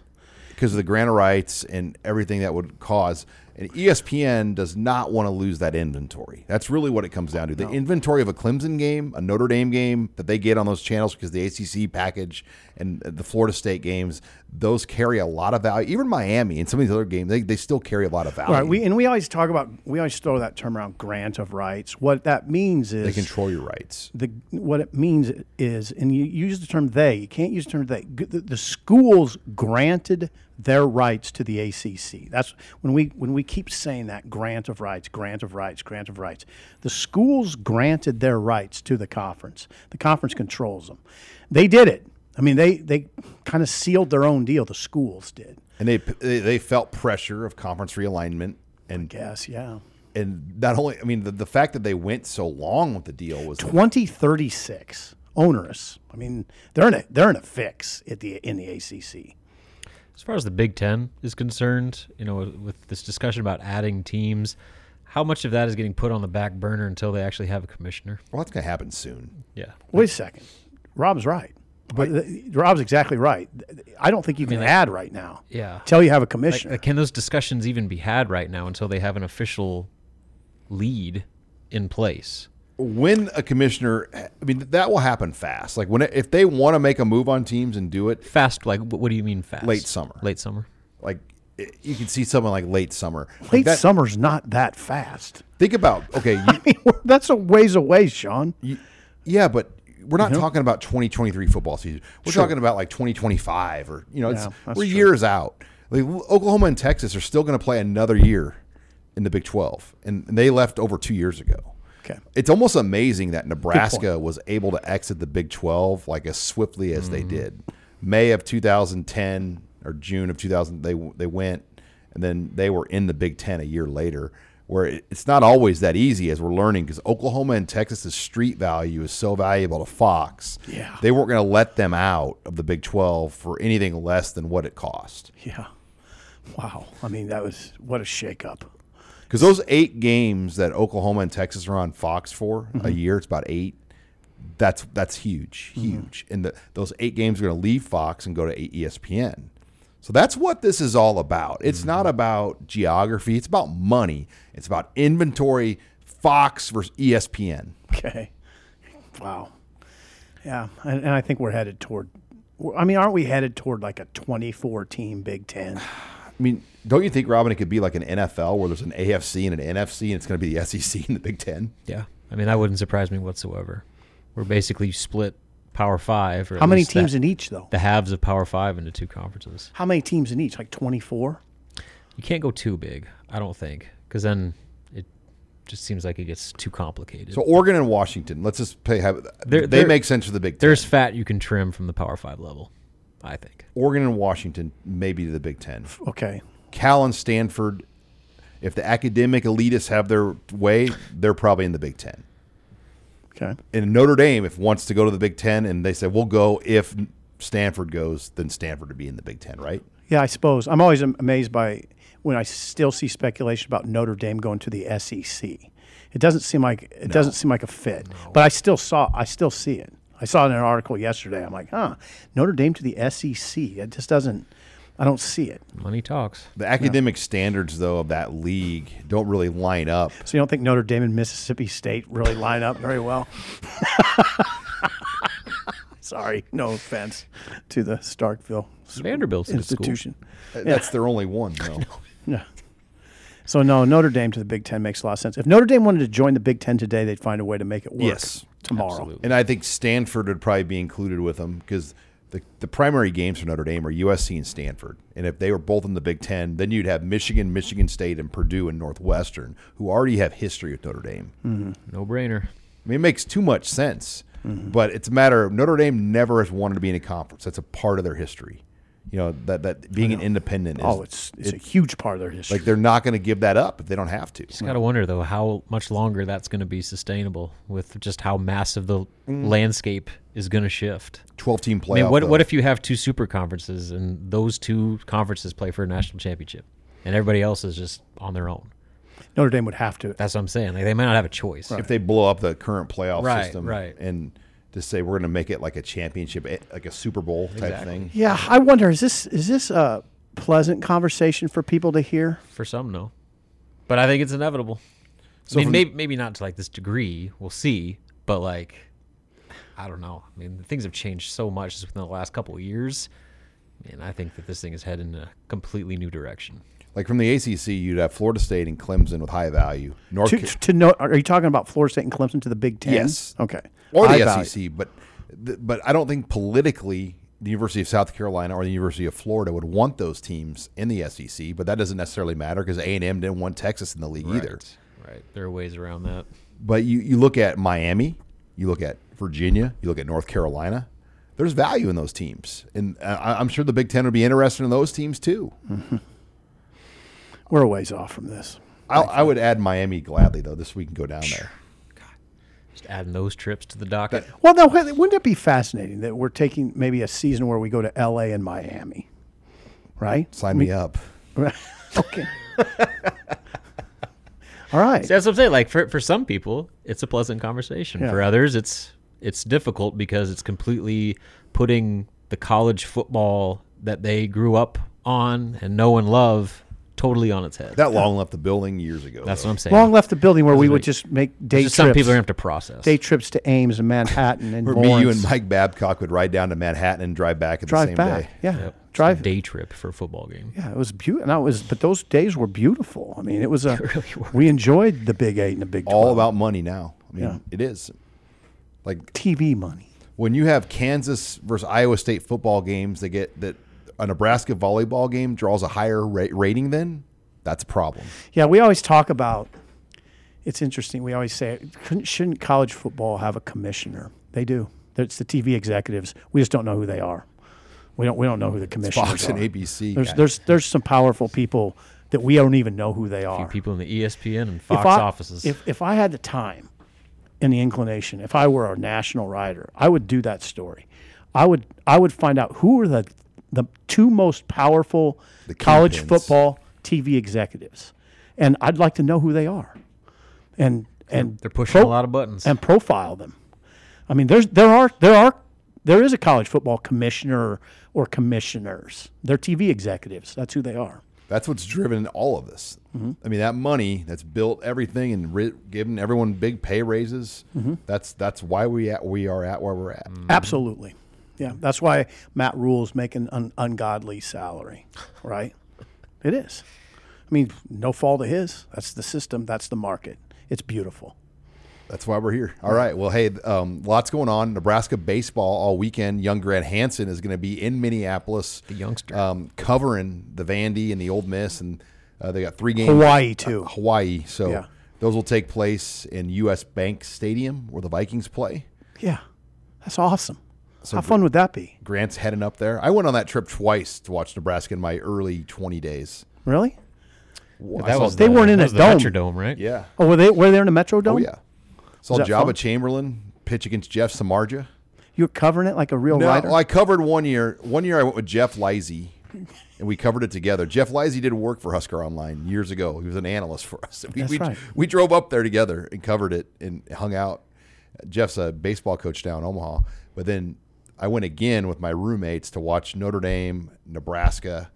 Speaker 2: because of the grant of rights and everything that would cause. And E ESPN does not want to lose that inventory. That's really what it comes down to. The inventory of a Clemson game, a Notre Dame game that they get on those channels because the ACC package and the Florida State games, those carry a lot of value. Even Miami and some of these other games, they, they still carry a lot of value.
Speaker 4: Right. We, and we always talk about, we always throw that term around grant of rights. What that means is
Speaker 2: they control your rights.
Speaker 4: the what it means is, and you use the term they. You can't use the term they. G- The, the schools granted their rights to the ACC. That's when we when we keep saying that grant of rights, grant of rights, grant of rights. The schools granted their rights to the conference. The conference controls them. They did it. I mean, they they kind of sealed their own deal. The schools did.
Speaker 2: And they, they they felt pressure of conference realignment and
Speaker 4: Yes. Yeah.
Speaker 2: and not only I mean the, the fact that they went so long with the deal was
Speaker 4: 2036 onerous. I mean, they're in a they're in a fix at the in the ACC.
Speaker 3: As far as the Big Ten is concerned, you know, with, with this discussion about adding teams, how much of that is getting put on the back burner until they actually have a commissioner?
Speaker 2: well that's gonna happen soon.
Speaker 3: Yeah.
Speaker 4: Wait a second. Rob's right. But Rob's exactly right. I don't think you can add right now.
Speaker 3: Yeah.
Speaker 4: Till you have a
Speaker 3: Like,
Speaker 4: commissioner.
Speaker 3: like, can those discussions even be had right now until they have an official lead in place?
Speaker 2: when a commissioner, I mean, that will happen fast. Like when if they want to make a move on teams and do it,
Speaker 3: Fast, like, wh- what do you mean fast?
Speaker 2: Late summer.
Speaker 3: Late summer.
Speaker 2: like it- you can see someone like late summer. Like
Speaker 4: Late
Speaker 2: that-
Speaker 4: summer's not that fast.
Speaker 2: Think about okay, you,
Speaker 4: That's a ways away, Sean.
Speaker 2: yeah, but we're not talking about 2023 football season. We're talking about like 2025 or you know, it's,
Speaker 4: Yeah, that's
Speaker 2: we're
Speaker 4: true.
Speaker 2: years out. Like Oklahoma and Texas are still going to play another year in the Big 12, and, and they left over two years ago.
Speaker 4: Okay.
Speaker 2: It's almost amazing that Nebraska was able to exit the Big 12 like as swiftly as they did. May of 2010 or June of 2000 they they went and then they were in the Big 10 a year later where it- it's not always that easy as we're learning cuz Oklahoma and Texas's street value is so valuable to Fox.
Speaker 4: Yeah.
Speaker 2: They weren't going to let them out of the Big 12 for anything less than what it cost.
Speaker 4: Yeah. Wow. I mean, that was what a shakeup.
Speaker 2: Because those eight games that Oklahoma and Texas are on Fox for a
Speaker 3: Mm-hmm.
Speaker 2: year, it's about eight. That's E that's huge, huge. And the, those eight games are going to leave Fox and go to ESPN. So that's what this is all about. It's
Speaker 3: Mm-hmm.
Speaker 2: not about geography, it's about money, it's about inventory, Fox versus E ESPN.
Speaker 4: Okay. Wow. Yeah, and, and I think we're headed toward. I mean, aren't we headed toward like a 24 team Big Ten?
Speaker 2: I mean, don't you think, Robin, it could be like an NFL where there's an AFC and an NFC and it's going to be the SEC and the Big Ten?
Speaker 3: Yeah. I mean, that wouldn't surprise me whatsoever. We're basically split Power Five. Or at
Speaker 4: How many
Speaker 3: least the-
Speaker 4: teams in each, though?
Speaker 3: The halves of Power Five into two conferences.
Speaker 4: How many teams in each? Like 24?
Speaker 3: You can't go too big, I don't think, because then it just seems like it gets too complicated.
Speaker 2: So Oregon and Washington, let's just pay. Have,
Speaker 3: They're-
Speaker 2: they
Speaker 3: they're-
Speaker 2: make sense for the Big Ten.
Speaker 3: There's fat you can trim from the Power Five level, I think.
Speaker 2: Oregon and Washington, maybe the Big Ten.
Speaker 4: Okay.
Speaker 2: Cal and Stanford, if the academic elitists have their way, they're probably in the Big Ten.
Speaker 4: Okay.
Speaker 2: And Notre Dame, if wants to go to the Big Ten, and they say we'll go if Stanford goes, then Stanford would be in the Big Ten, right?
Speaker 4: Yeah, I suppose. I'm always am- amazed by when I still see speculation about Notre Dame going to the SEC. It doesn't seem like it doesn't seem like a fit, but I still saw I still see it. I saw it in an article yesterday. I'm like, huh, Notre Dame to the SEC. It just doesn't. I don't see it.
Speaker 3: Money talks.
Speaker 2: The academic standards, though, of that league don't really line up.
Speaker 4: So you don't think Notre Dame and Mississippi State really line up very well? Sorry, no offense to the Starkville s-
Speaker 3: Vanderbilt's a good school.
Speaker 4: institution.
Speaker 2: That's their only one, though.
Speaker 4: Yeah. So no, Notre Dame to the Big Ten makes a lot of sense. If Notre Dame wanted to join the Big Ten today, they'd find a way to make it work.
Speaker 2: Yes,
Speaker 4: tomorrow.
Speaker 2: And I think Stanford would probably be included with them because the, the primary games for Notre Dame are USC and Stanford. And if they were both in the Big Ten, then you'd have Michigan, Michigan State, and Purdue and Northwestern, who already have history with Notre Dame.
Speaker 3: No brainer.
Speaker 2: I mean, it makes too much sense.
Speaker 3: Mm-hmm.
Speaker 2: But it's a matter of Notre Dame never has wanted to be in a conference. That's a part of their history. You know, that, that being an independent is
Speaker 4: Oh, it's it's a huge part of their history.
Speaker 2: like they're not going to give that up if they don't have to.
Speaker 3: Just gotta wonder though how much longer that's gonna be sustainable with just how massive the landscape is gonna shift.
Speaker 2: 12 team playoff.
Speaker 3: I mean, what
Speaker 2: though.
Speaker 3: what if you have two super conferences and those two conferences play for a national championship, and everybody else is just on their own?
Speaker 4: Notre Dame would have to.
Speaker 3: That's what I'm saying. Like they might not have a choice.
Speaker 2: if they blow up the current playoff
Speaker 3: Right,
Speaker 2: system
Speaker 3: right.
Speaker 2: and to say we're going to make it like a championship, eh, like a Super Bowl type thing.
Speaker 4: Yeah, I wonder is this is this a pleasant conversation for people to hear?
Speaker 3: For some, no, but I think it's inevitable. I mean,
Speaker 2: from-
Speaker 3: maybe maybe not to like this degree. We'll see. But like, I don't know. I mean, things have changed so much just within the last couple of years, and I think that this thing is heading in a completely new direction.
Speaker 2: Like from the ACC, you'd have Florida State and Clemson with high value. North
Speaker 4: To,
Speaker 2: Ca-
Speaker 4: to know, are you talking about Florida State and Clemson to the Big Ten?
Speaker 2: Yes.
Speaker 4: Okay.
Speaker 2: or
Speaker 4: High
Speaker 2: the E
Speaker 4: value.
Speaker 2: SEC, but th- but I don't think politically the University of South Carolina or the University of Florida would want those teams in the SEC. But that doesn't necessarily matter because A and M didn't want Texas in the league either.
Speaker 3: Right. There are ways around that.
Speaker 2: But you you look at Miami, you look at Virginia, you look at North Carolina. There's value in those teams, and I, I'm sure the Big Ten would be interested in those teams too.
Speaker 4: We're a ways off from this.
Speaker 2: I, I would add Miami gladly though. This week can go down there.
Speaker 3: Just adding those trips to the docket.
Speaker 4: Well, now wh- wouldn't it be fascinating that we're taking maybe a season where we go to L.A. and Miami, right?
Speaker 2: Sign me up.
Speaker 4: okay. All right.
Speaker 3: See, that's what I'm saying. Like for for some people, it's a pleasant conversation.
Speaker 4: Yeah.
Speaker 3: For others, it's it's difficult because it's completely putting the college football that they grew up on and know and love totally on its head.
Speaker 2: That long left the building years ago.
Speaker 3: that's
Speaker 2: though.
Speaker 3: what I'm saying.
Speaker 4: Long left the building where we
Speaker 3: are
Speaker 4: would
Speaker 3: the-
Speaker 4: just make day
Speaker 3: It's
Speaker 4: trips.
Speaker 3: just some people are gonna have to process.
Speaker 4: day trips to Ames and Manhattan and
Speaker 2: Where me,
Speaker 4: Lawrence.
Speaker 2: you, and Mike Babcock would ride down to Manhattan and drive back at the
Speaker 4: drive
Speaker 2: same
Speaker 4: back.
Speaker 2: day.
Speaker 4: Yeah,
Speaker 3: Yep. It's a
Speaker 4: drive.
Speaker 3: day trip for a football game.
Speaker 4: Yeah, it was beautiful. No, it was, but those days were beautiful. I mean, it was a. we enjoyed the Big Eight and the Big Twelve.
Speaker 2: All about money now. I mean,
Speaker 4: Yeah.
Speaker 2: it is. Like
Speaker 4: TV money.
Speaker 2: when you have Kansas versus Iowa State football games that get that a Nebraska volleyball game draws a higher ra- rating than that's a problem.
Speaker 4: Yeah, we always talk about. It's interesting. We always say, couldn't, shouldn't college football have a commissioner? They do. It's the TV executives. We just don't know who they are. We don't. We don't know who the commissioners
Speaker 2: Fox and
Speaker 4: are.
Speaker 2: ABC.
Speaker 4: There's
Speaker 2: guy.
Speaker 4: there's there's some powerful people that we don't even know who they
Speaker 3: A few
Speaker 4: are.
Speaker 3: people in the E ESPN and
Speaker 4: If
Speaker 3: Fox
Speaker 4: I-
Speaker 3: offices.
Speaker 4: If if I had the time and the inclination, if I were a national writer, I would do that story. I would I would find out who are the the two most powerful college
Speaker 2: kingpins.
Speaker 4: football TV executives, and I'd like to know who they are, and and
Speaker 3: they're pushing a
Speaker 4: pro-
Speaker 3: lot of buttons.
Speaker 4: and profile them. I mean, there's there are there are There is a college football commissioner or commissioners. They're TV executives. That's who they are.
Speaker 2: That's what's driven all of this.
Speaker 4: Mm-hmm.
Speaker 2: I mean, that money that's built everything and ri- given everyone big pay raises.
Speaker 4: Mm-hmm.
Speaker 2: That's that's why we at we are at where we're at.
Speaker 4: Absolutely. Yeah. That's why Matt Rule's making an ungodly salary, right? it is. I mean, no fault of his. That's the system. That's the market. It's beautiful.
Speaker 2: That's why we're here. All right. Well, hey, um, lots going on. Nebraska baseball all weekend. Young Grant Hansen is going to be in Minneapolis. The
Speaker 3: youngster.
Speaker 2: um, covering the Vandy and the Old Miss, and uh, they got three games.
Speaker 4: Hawaii, too.
Speaker 2: Uh, Hawaii. So
Speaker 4: Yeah.
Speaker 2: those will take place in U.S. Bank Stadium where the Vikings play.
Speaker 4: Yeah. That's awesome. How fun would that be?
Speaker 2: Grant's heading up there. I went on that trip twice to watch Nebraska in my early 20 days.
Speaker 4: Really?
Speaker 2: I saw-
Speaker 4: They weren't in
Speaker 3: that
Speaker 4: a
Speaker 3: was Uh, the
Speaker 4: dome.
Speaker 3: Metrodome, right?
Speaker 2: yeah.
Speaker 4: Oh, were they were they in a Metrodome?
Speaker 2: Oh, yeah. Saw
Speaker 4: that
Speaker 2: Jabba
Speaker 4: fun?
Speaker 2: Chamberlain pitch against Jeff Samarja.
Speaker 4: You were covering it like a real
Speaker 2: No,
Speaker 4: writer.
Speaker 2: well, I covered one year. One year I went with Jeff Lisey, and we covered it together. Jeff Lisey did work for Husker Online years ago. He was an analyst for us. We,
Speaker 4: That's
Speaker 2: we,
Speaker 4: right.
Speaker 2: we drove up there together and covered it and hung out. Jeff's a baseball coach down in Omaha, but then I went again with my roommates to watch Notre Dame, Nebraska,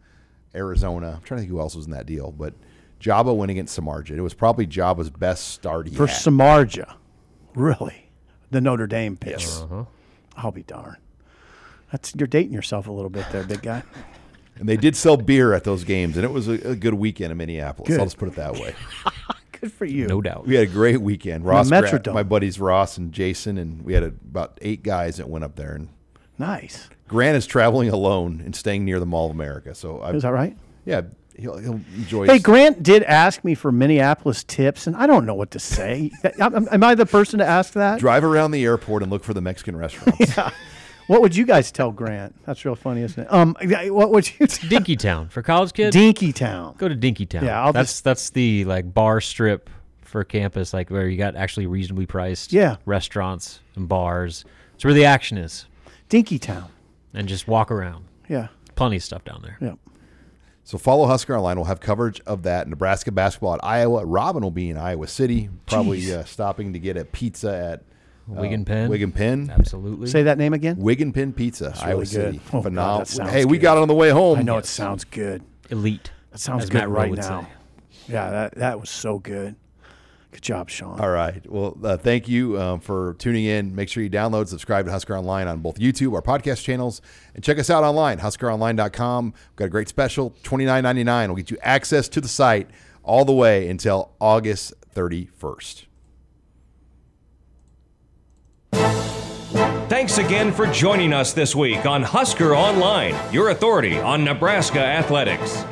Speaker 2: Arizona. I'm trying to think who else was in that deal, but Jabba went against Samarja. It was probably Jabba's best start. He
Speaker 4: For
Speaker 2: had.
Speaker 4: Samarja. Really? The Notre Dame pitch. I'll be darned. That's you're dating yourself a little bit there, big guy.
Speaker 2: and they did sell beer at those games, and it was a, a good weekend in Minneapolis.
Speaker 4: Good.
Speaker 2: I'll just put it that way.
Speaker 4: Good for you.
Speaker 3: No doubt.
Speaker 2: We had a great weekend. Ross, Gra-
Speaker 4: Metrodome.
Speaker 2: my buddies Ross and Jason, and we had about eight guys that went up there. And
Speaker 4: Nice.
Speaker 2: Grant is traveling alone and staying near the Mall of America. So I,
Speaker 4: Is that right?
Speaker 2: yeah, he'll, he'll enjoy.
Speaker 4: Hey,
Speaker 2: his-
Speaker 4: Grant did ask me for Minneapolis tips, and I don't know what to say. am, am I the person to ask that?
Speaker 2: drive around the airport and look for the Mexican restaurants.
Speaker 4: What would you guys tell Grant? That's real funny, isn't it? Um, what would you tell
Speaker 3: Dinky Town for college kids.
Speaker 4: Dinky Town?
Speaker 3: Go to Dinky Town.
Speaker 4: Yeah, I'll
Speaker 3: that's
Speaker 4: just-
Speaker 3: that's the like bar strip for campus, like where you got actually reasonably priced
Speaker 4: Yeah.
Speaker 3: restaurants and bars. It's where the action is,
Speaker 4: Dinky Town.
Speaker 3: and just walk around.
Speaker 4: Yeah.
Speaker 3: Plenty of stuff down there.
Speaker 4: Yeah.
Speaker 2: So follow Husker Online. We'll have coverage of that. Nebraska basketball at Iowa. Robin will be in Iowa City, probably uh, stopping to get a pizza at uh,
Speaker 3: Wigan Pen.
Speaker 2: Wigan Pen.
Speaker 3: Absolutely.
Speaker 4: Oh, Say that name again.
Speaker 2: Wigan Pen Pizza, Iowa
Speaker 4: really good.
Speaker 2: City.
Speaker 4: Oh, God, that
Speaker 2: Phenomenal.
Speaker 4: sounds
Speaker 2: hey, we
Speaker 4: good.
Speaker 2: got it on the way home.
Speaker 4: I know it sounds good.
Speaker 3: elite.
Speaker 4: That sounds
Speaker 3: as
Speaker 4: good
Speaker 3: Matt Rule
Speaker 4: right
Speaker 3: would say.
Speaker 4: now. Yeah, that, that was so good. Good job, Sean.
Speaker 2: All right. Well, uh, thank you um, for tuning in. Make sure you download, subscribe to Husker Online on both YouTube, our podcast channels, and check us out online, huskeronline.com. We've got a great special, twenty nine ninety nine. will get you access to the site all the way until August 31st.
Speaker 1: Thanks again for joining us this week on Husker Online, your authority on Nebraska athletics.